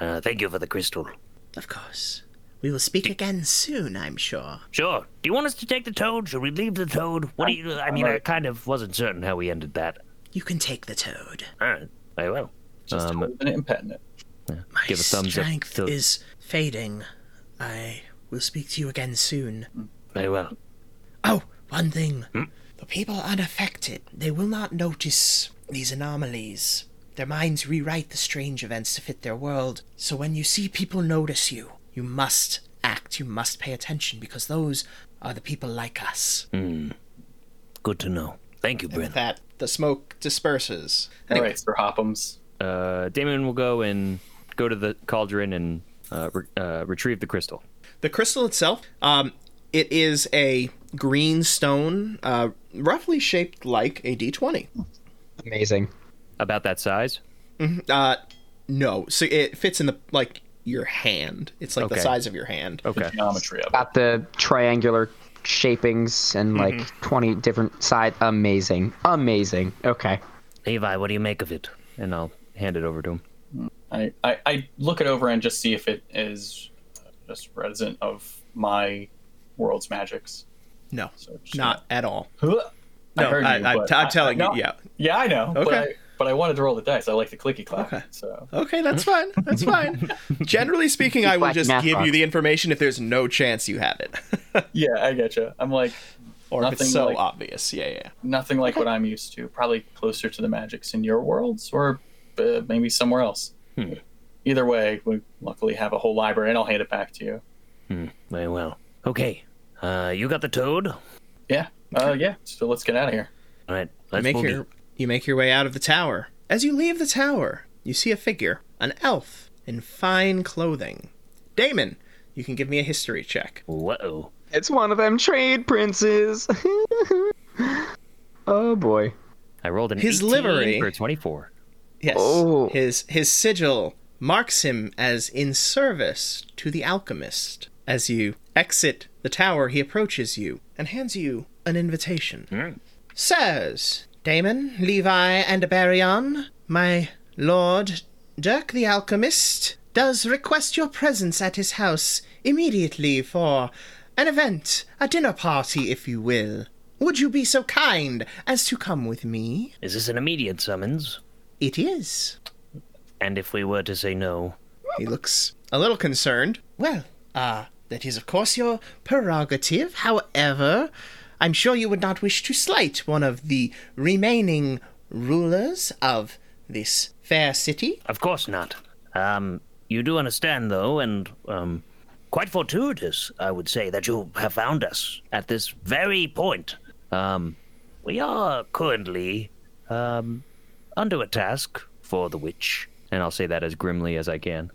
Speaker 4: Uh, thank you for the crystal.
Speaker 10: Of course. We will speak again soon, I'm sure.
Speaker 4: Sure. Do you want us to take the toad? Should we leave the toad? What do you? I mean, I kind of wasn't certain how we ended that.
Speaker 10: You can take the toad.
Speaker 4: All right, very well.
Speaker 5: Just
Speaker 6: Um,
Speaker 5: holding it and petting it.
Speaker 10: My
Speaker 6: Give a thumbs up
Speaker 10: strength
Speaker 6: to-
Speaker 10: is fading. I will speak to you again soon.
Speaker 4: Very well.
Speaker 10: Oh, one thing.
Speaker 6: Hmm?
Speaker 10: The people unaffected, they will not notice these anomalies. Their minds rewrite the strange events to fit their world. So when you see people notice you, you must act, you must pay attention, because those are the people like us.
Speaker 6: Hmm.
Speaker 4: Good to know. Thank you, Bryn.
Speaker 1: With that, the smoke disperses.
Speaker 5: All right, Sir Hoppums.
Speaker 6: Uh, Damon will go and go to the cauldron and uh, re- uh, retrieve the crystal.
Speaker 1: The crystal itself, um, it is a green stone, uh, roughly shaped like a d20.
Speaker 3: Amazing.
Speaker 6: About that size.
Speaker 1: Uh, no, so it fits in the like your hand. It's like the
Speaker 6: Okay.
Speaker 1: size of your hand.
Speaker 6: Okay.
Speaker 5: Geometry of it.
Speaker 3: Got the triangular shapings and like
Speaker 4: Mm-hmm.
Speaker 3: 20 different side. Amazing. Amazing. Okay.
Speaker 4: Levi, what do you make of it?
Speaker 6: And I'll hand it over to him.
Speaker 5: I, I, I look it over and just see if it is uh, just resident of my world's magics.
Speaker 1: No,
Speaker 5: So just-
Speaker 1: not at all.
Speaker 5: Huh. I
Speaker 1: No,
Speaker 5: heard
Speaker 1: I,
Speaker 5: you,
Speaker 1: I,
Speaker 5: but
Speaker 1: I,
Speaker 5: I-
Speaker 1: am telling
Speaker 5: no.
Speaker 1: you. Yeah.
Speaker 5: Yeah, I know. But
Speaker 1: Okay.
Speaker 5: I, but I wanted to roll the dice. I like the clicky clack.
Speaker 1: Okay.
Speaker 5: So
Speaker 1: Okay, that's fine. That's fine. Generally speaking, I will
Speaker 3: Like
Speaker 1: just
Speaker 3: math
Speaker 1: give you
Speaker 3: box.
Speaker 1: the information if there's no chance you have it,
Speaker 5: yeah, I getcha. I'm like
Speaker 1: or if
Speaker 5: Nothing
Speaker 1: it's so
Speaker 5: like-
Speaker 1: obvious. Yeah, yeah.
Speaker 5: nothing like what I'm used to. Probably closer to the magics in your worlds, or uh, maybe somewhere else. Either way, we luckily have a whole library, and I'll hand it back to you.
Speaker 4: Very well. Okay. Uh, you got the toad. All
Speaker 5: Yeah. Uh, yeah. So let's get out of here.
Speaker 4: right. Let's
Speaker 1: make
Speaker 4: boogie.
Speaker 1: your you make your way out of the tower. As you leave the tower, you see a figure, an elf in fine clothing. Damon, you can give me a history check.
Speaker 4: Whoa.
Speaker 3: It's one of them trade princes. oh boy.
Speaker 6: I rolled an
Speaker 1: His
Speaker 6: 18
Speaker 1: livery.
Speaker 6: for a 24.
Speaker 1: Yes.
Speaker 3: Oh.
Speaker 1: His his sigil marks him as in service to the alchemist. As you exit the tower, he approaches you and hands you an invitation. Sirs, Damon, Levi, and Barion, my lord Dirk the Alchemist does request your presence at his house immediately for an event, a dinner party, if you will. Would you be so kind as to come with me?
Speaker 4: Is this an immediate summons?
Speaker 1: It is.
Speaker 4: And if we were to say no,
Speaker 1: He looks a little concerned. Well, ah, that is of course your prerogative. However, I'm sure you would not wish to slight one of the remaining rulers of this fair city.
Speaker 4: of course not. Um, you do understand, though, and um, quite fortuitous, I would say, that you have found us at this very point. Um, we are currently um, under a task for the witch.
Speaker 6: And I'll say that as grimly as I can.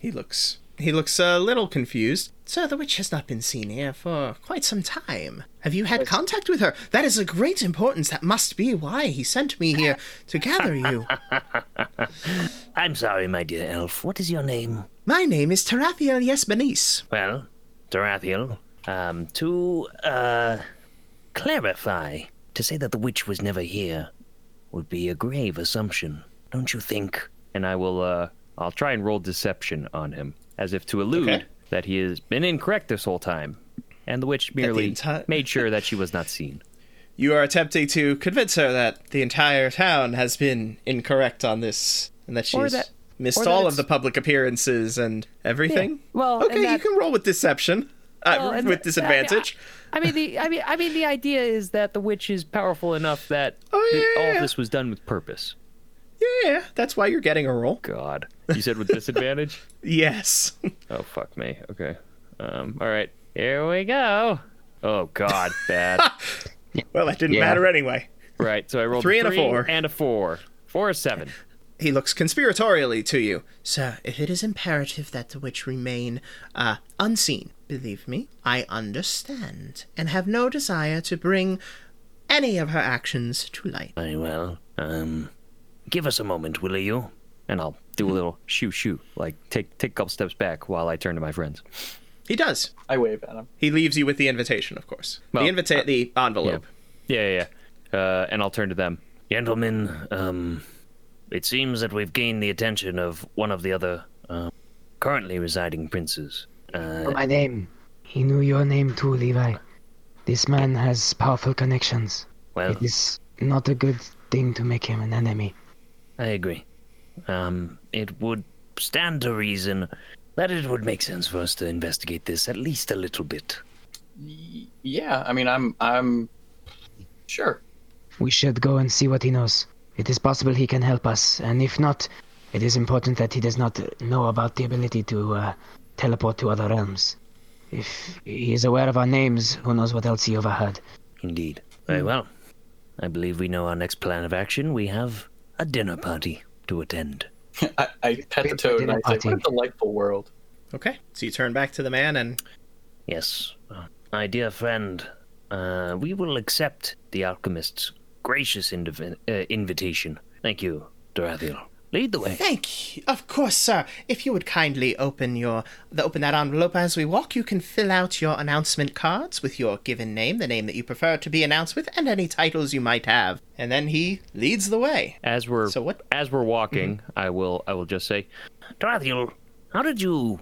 Speaker 1: He looks he looks a little confused. Sir, the witch has not been seen here for quite some time. Have you had contact with her? That is of great importance. That must be why he sent me here to gather you.
Speaker 4: I'm sorry, my dear elf. What is your name?
Speaker 1: My name is Tarathiel Yesbenis.
Speaker 4: Well, Tarathiel, um, to uh, clarify, to say that the witch was never here would be a grave assumption, don't you think?
Speaker 6: and I will uh I'll try and roll deception on him as if to allude that he has been incorrect this whole time. And the witch merely
Speaker 1: enti-
Speaker 6: made sure that she was not seen.
Speaker 11: You are attempting to convince her that the entire town has been incorrect on this and that
Speaker 6: Or
Speaker 11: she's
Speaker 6: that- or
Speaker 11: missed
Speaker 6: that
Speaker 11: all
Speaker 6: it's-
Speaker 11: of the public appearances and everything.
Speaker 6: well, and
Speaker 11: okay,
Speaker 6: that-
Speaker 11: you can roll with deception
Speaker 6: Well,
Speaker 11: uh,
Speaker 6: and
Speaker 11: with
Speaker 6: that-
Speaker 11: disadvantage.
Speaker 6: I mean the I mean I mean the idea is that the witch is powerful enough that
Speaker 11: Oh,
Speaker 6: the-
Speaker 11: yeah,
Speaker 6: all
Speaker 11: yeah.
Speaker 6: this was done with purpose.
Speaker 11: yeah, yeah, that's why you're getting a roll.
Speaker 6: God. You said with disadvantage?
Speaker 11: Yes.
Speaker 6: oh fuck me. Okay. Um all right. Here we go. Oh god, bad.
Speaker 11: well, that didn't matter anyway.
Speaker 6: right. So I rolled
Speaker 11: Three and a four.
Speaker 6: And a four. Four is seven.
Speaker 11: He looks conspiratorially to you.
Speaker 1: Sir, if it is imperative that the witch remain uh, unseen, believe me, I understand, and have no desire to bring any of her actions to light.
Speaker 4: Very well. Um, give us a moment, will you?
Speaker 6: and I'll
Speaker 1: Mm-hmm.
Speaker 6: do a little shoo shoo, like take take a couple steps back while I turn to my friends.
Speaker 11: He does.
Speaker 5: I wave at him.
Speaker 11: He leaves you with the invitation, of course.
Speaker 6: Well, uh,
Speaker 11: the invita- the envelope.
Speaker 6: Yeah, yeah, yeah. Uh, and I'll turn to them.
Speaker 4: Gentlemen, um, it seems that we've gained the attention of one of the other uh, currently residing princes. Uh,
Speaker 9: My name. He knew your name too, Levi. This man has powerful connections.
Speaker 4: well,
Speaker 9: It is not a good thing to make him an enemy.
Speaker 4: I agree. Um, it would stand to reason that it would make sense for us to investigate this at least a little bit.
Speaker 5: Yeah, I mean, I'm, I'm sure.
Speaker 9: We should go and see what he knows. It is possible he can help us, and if not, it is important that he does not know about the ability to uh, teleport to other realms. If he is aware of our names, who knows what else he overheard?
Speaker 4: Indeed. Very well. I believe we know our next plan of action. We have a dinner party to attend.
Speaker 5: I, I pet the toad and I say, "What a delightful world."
Speaker 11: Okay. So you turn back to the man and
Speaker 4: Yes, uh, my dear friend, uh, we will accept the alchemist's gracious indiv- uh, invitation. Thank you, Dorathiel. Lead the way.
Speaker 1: Thank you. Of course, sir. If you would kindly open your the, open that envelope as we walk, you can fill out your announcement cards with your given name, the name that you prefer to be announced with, and any titles you might have. And then he leads the way.
Speaker 6: As we're
Speaker 1: So what- Mm-hmm.
Speaker 6: as we're walking, I will I will just say,
Speaker 4: Dorathiel, how did you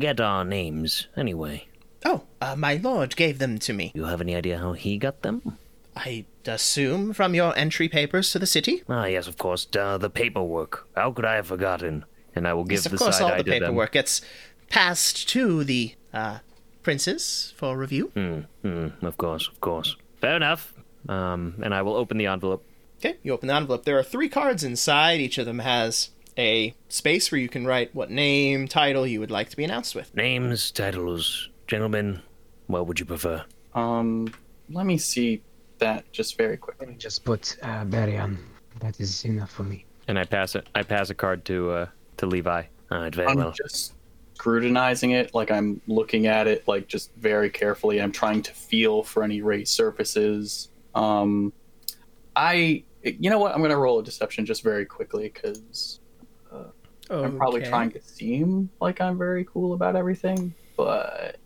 Speaker 4: get our names anyway?
Speaker 1: Oh, uh, my lord gave them to me.
Speaker 4: You have any idea how he got them?
Speaker 1: I assume from your entry papers to the city.
Speaker 4: Ah, yes, of course, uh, the paperwork. How could I have forgotten?
Speaker 6: and I will give
Speaker 1: Yes,
Speaker 6: the
Speaker 1: of course,
Speaker 6: side
Speaker 1: all
Speaker 6: eye
Speaker 1: the
Speaker 6: to
Speaker 1: paperwork gets passed to the uh, princes for review.
Speaker 4: Hmm, Of course, of course.
Speaker 6: them. Fair enough. Um, and I will open the envelope.
Speaker 11: Okay, you open the envelope. There are three cards inside. Each of them has a space where you can write what name, title you would like to be announced with.
Speaker 4: Names, titles, gentlemen, what would you prefer?
Speaker 5: Um, let me see that just very quickly.
Speaker 9: Just put uh, Barry on. That is enough for me.
Speaker 6: And I pass it. I pass a card to uh, to Levi.
Speaker 4: All right, very
Speaker 1: Um,
Speaker 5: I'm
Speaker 4: well.
Speaker 5: just scrutinizing it, like I'm looking at it, like just very carefully. I'm trying to feel for any raised surfaces. Um, I, you know what? I'm gonna roll a deception just very quickly because I'm probably
Speaker 11: Okay.
Speaker 5: trying to seem like I'm very cool about everything, but.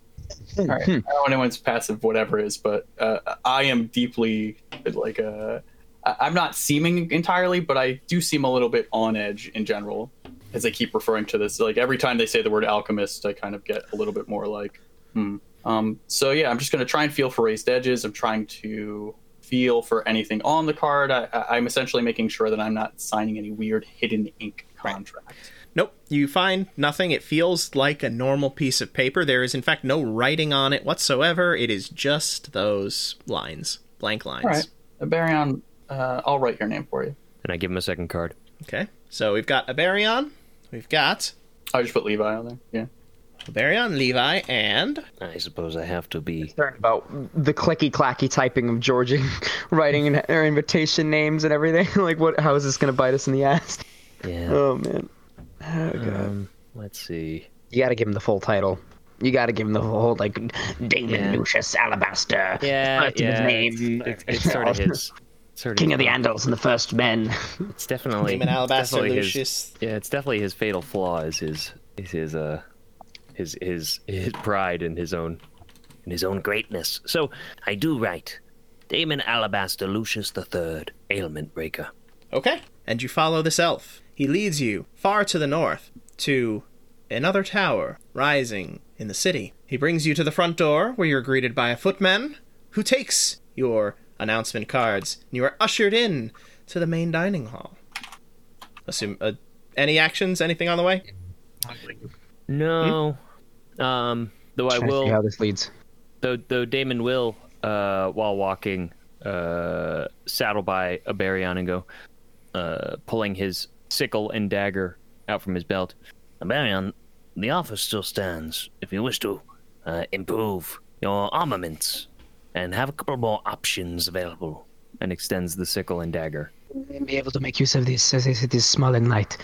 Speaker 5: All right. I don't know anyone's passive, whatever it is, but uh, I am deeply like uh, I- I'm not seeming entirely, but I do seem a little bit on edge in general as they keep referring to this. Like every time they say the word alchemist, I kind of get a little bit more like, hmm. Um, so yeah, I'm just going to try and feel for raised edges. I'm trying to feel for anything on the card. I, I- I'm essentially making sure that I'm not signing any weird hidden ink contract.
Speaker 1: Nope, you find nothing. It feels like a normal piece of paper. There is, in fact, no writing on it whatsoever. It is just those lines, blank lines.
Speaker 5: All right, Barion, uh, I'll write your name for you.
Speaker 6: And I give him a second card.
Speaker 1: Okay, so we've got Aberion, we've got
Speaker 5: I just put Levi on there. Yeah.
Speaker 1: Aberion, Levi, and
Speaker 4: I suppose I have to be.
Speaker 3: Concerned about the clicky clacky typing of Georgie writing in her invitation names and everything. like, what? How is this gonna bite us in the ass?
Speaker 4: Yeah.
Speaker 3: Oh man. Oh god.
Speaker 4: Let's see.
Speaker 3: You gotta give him the full title. You gotta give him the whole like Damon
Speaker 4: Yeah.
Speaker 3: Lucius Alabaster.
Speaker 4: Yeah,
Speaker 3: First of his
Speaker 4: yeah,
Speaker 3: name.
Speaker 4: It's, it's sort of his. Sort of
Speaker 9: King of the Andals and the First Men.
Speaker 4: It's definitely.
Speaker 1: Demon
Speaker 4: it's
Speaker 1: Alabaster
Speaker 4: definitely his-
Speaker 1: Lucius.
Speaker 6: Yeah, it's definitely his fatal flaw is his is his uh his his his pride in his own
Speaker 4: in his own greatness. So I do write Damon Alabaster Lucius the Third, ailment breaker.
Speaker 1: Okay, and you follow this elf. He leads you far to the north to another tower rising in the city. He brings you to the front door where you're greeted by a footman who takes your announcement cards and you are ushered in to the main dining hall. Assume uh, any actions, anything on the way? Hmm?
Speaker 6: No. Um though I
Speaker 3: Trying to see how
Speaker 6: will
Speaker 3: this leads.
Speaker 6: though though Damon will uh while walking uh saddle by a Baryon and go uh pulling his sickle and dagger out from his belt.
Speaker 4: Barion, the offer still stands. If you wish to uh, improve your armaments and have a couple more options available,
Speaker 6: and extends the sickle and dagger.
Speaker 9: May be able to make use of this as it is small and light.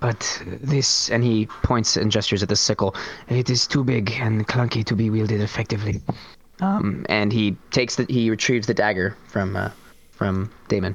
Speaker 9: But this, and he points and gestures at the sickle. It is too big and clunky to be wielded effectively.
Speaker 3: Um, and he takes the he retrieves the dagger from uh, from Damon.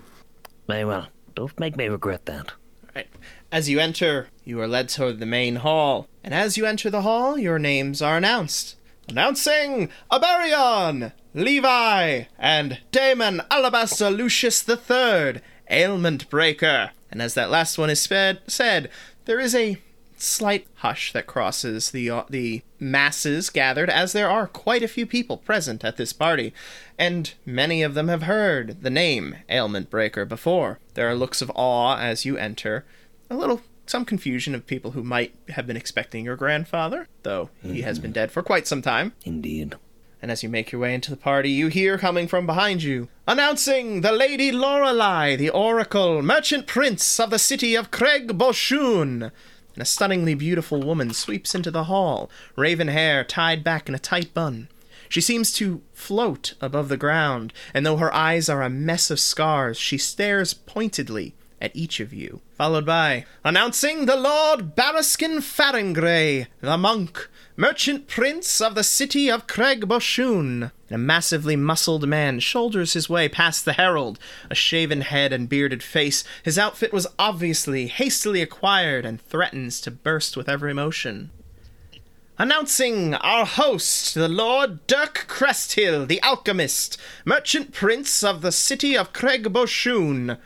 Speaker 4: very well. Don't make me regret that.
Speaker 1: Right. As you enter, you are led toward the main hall, and as you enter the hall, your names are announced. Announcing Abarion, Levi, and Damon Alabaster Lucius III, Ailment Breaker. And as that last one is sped, said, there is a slight hush that crosses the uh, the masses gathered as there are quite a few people present at this party and many of them have heard the name ailment breaker before there are looks of awe as you enter a little some confusion of people who might have been expecting your grandfather though he has been dead for quite some time
Speaker 4: Indeed.
Speaker 1: and as you make your way into the party, you hear coming from behind you, announcing the Lady Lorelei, the Oracle, merchant prince of the city of Craig Boshun. And a stunningly beautiful woman sweeps into the hall, raven hair tied back in a tight bun. She seems to float above the ground, and though her eyes are a mess of scars, she stares pointedly at each of you. Followed by announcing the Lord Barriskin Faringray, the monk, merchant prince of the city of Craig Boshun. And a massively muscled man shoulders his way past the herald, a shaven head and bearded face. His outfit was obviously hastily acquired and threatens to burst with every motion. Announcing our host, the Lord Dirk Cresthill, the alchemist, merchant prince of the city of Craig Boshun.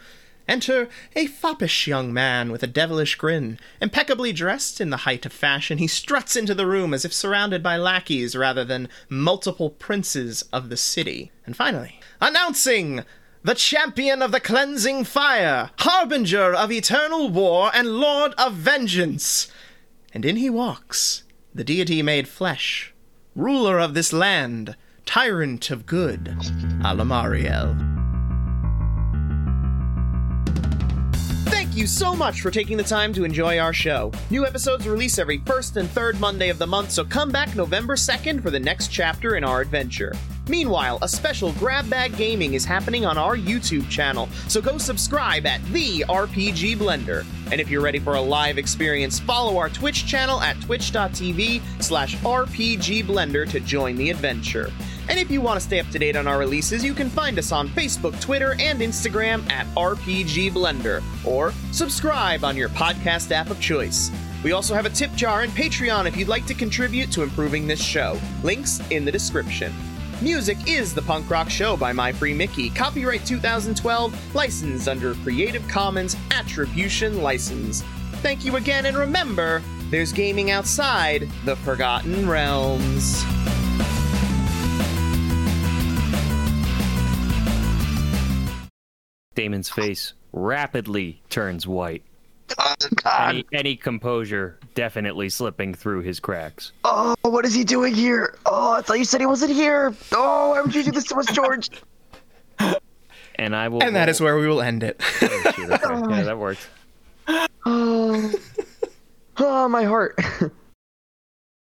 Speaker 1: Enter a foppish young man with a devilish grin. Impeccably dressed in the height of fashion, he struts into the room as if surrounded by lackeys rather than multiple princes of the city. And finally, announcing the champion of the cleansing fire, harbinger of eternal war, and lord of vengeance. And in he walks, the deity made flesh, ruler of this land, tyrant of good, Alamariel. Thank you so much for taking the time to enjoy our show. New episodes release every first and third Monday of the month, so come back November 2nd for the next chapter in our adventure. Meanwhile, a special Grab Bag Gaming is happening on our YouTube channel, so go subscribe at The RPG Blender. And if you're ready for a live experience, follow our Twitch channel at twitch.tv slash rpgblender to join the adventure. And if you want to stay up to date on our releases, you can find us on Facebook, Twitter, and Instagram at RPG Blender, or subscribe on your podcast app of choice. We also have a tip jar and Patreon if you'd like to contribute to improving this show. Links in the description. Music is The Punk Rock Show by My Free Mickey. Copyright 2012, licensed under Creative Commons Attribution License. Thank you again, and remember, there's gaming outside the Forgotten Realms.
Speaker 6: Damon's face rapidly turns white.
Speaker 9: Oh, God.
Speaker 6: Any, any composure definitely slipping through his cracks.
Speaker 9: Oh, what is he doing here? Oh, I thought you said he wasn't here. Oh, why would you do this to us, George?
Speaker 6: And I will.
Speaker 1: And that is where we will end it.
Speaker 6: Oh, shoot, okay. Yeah, that works.
Speaker 9: Oh, oh my heart.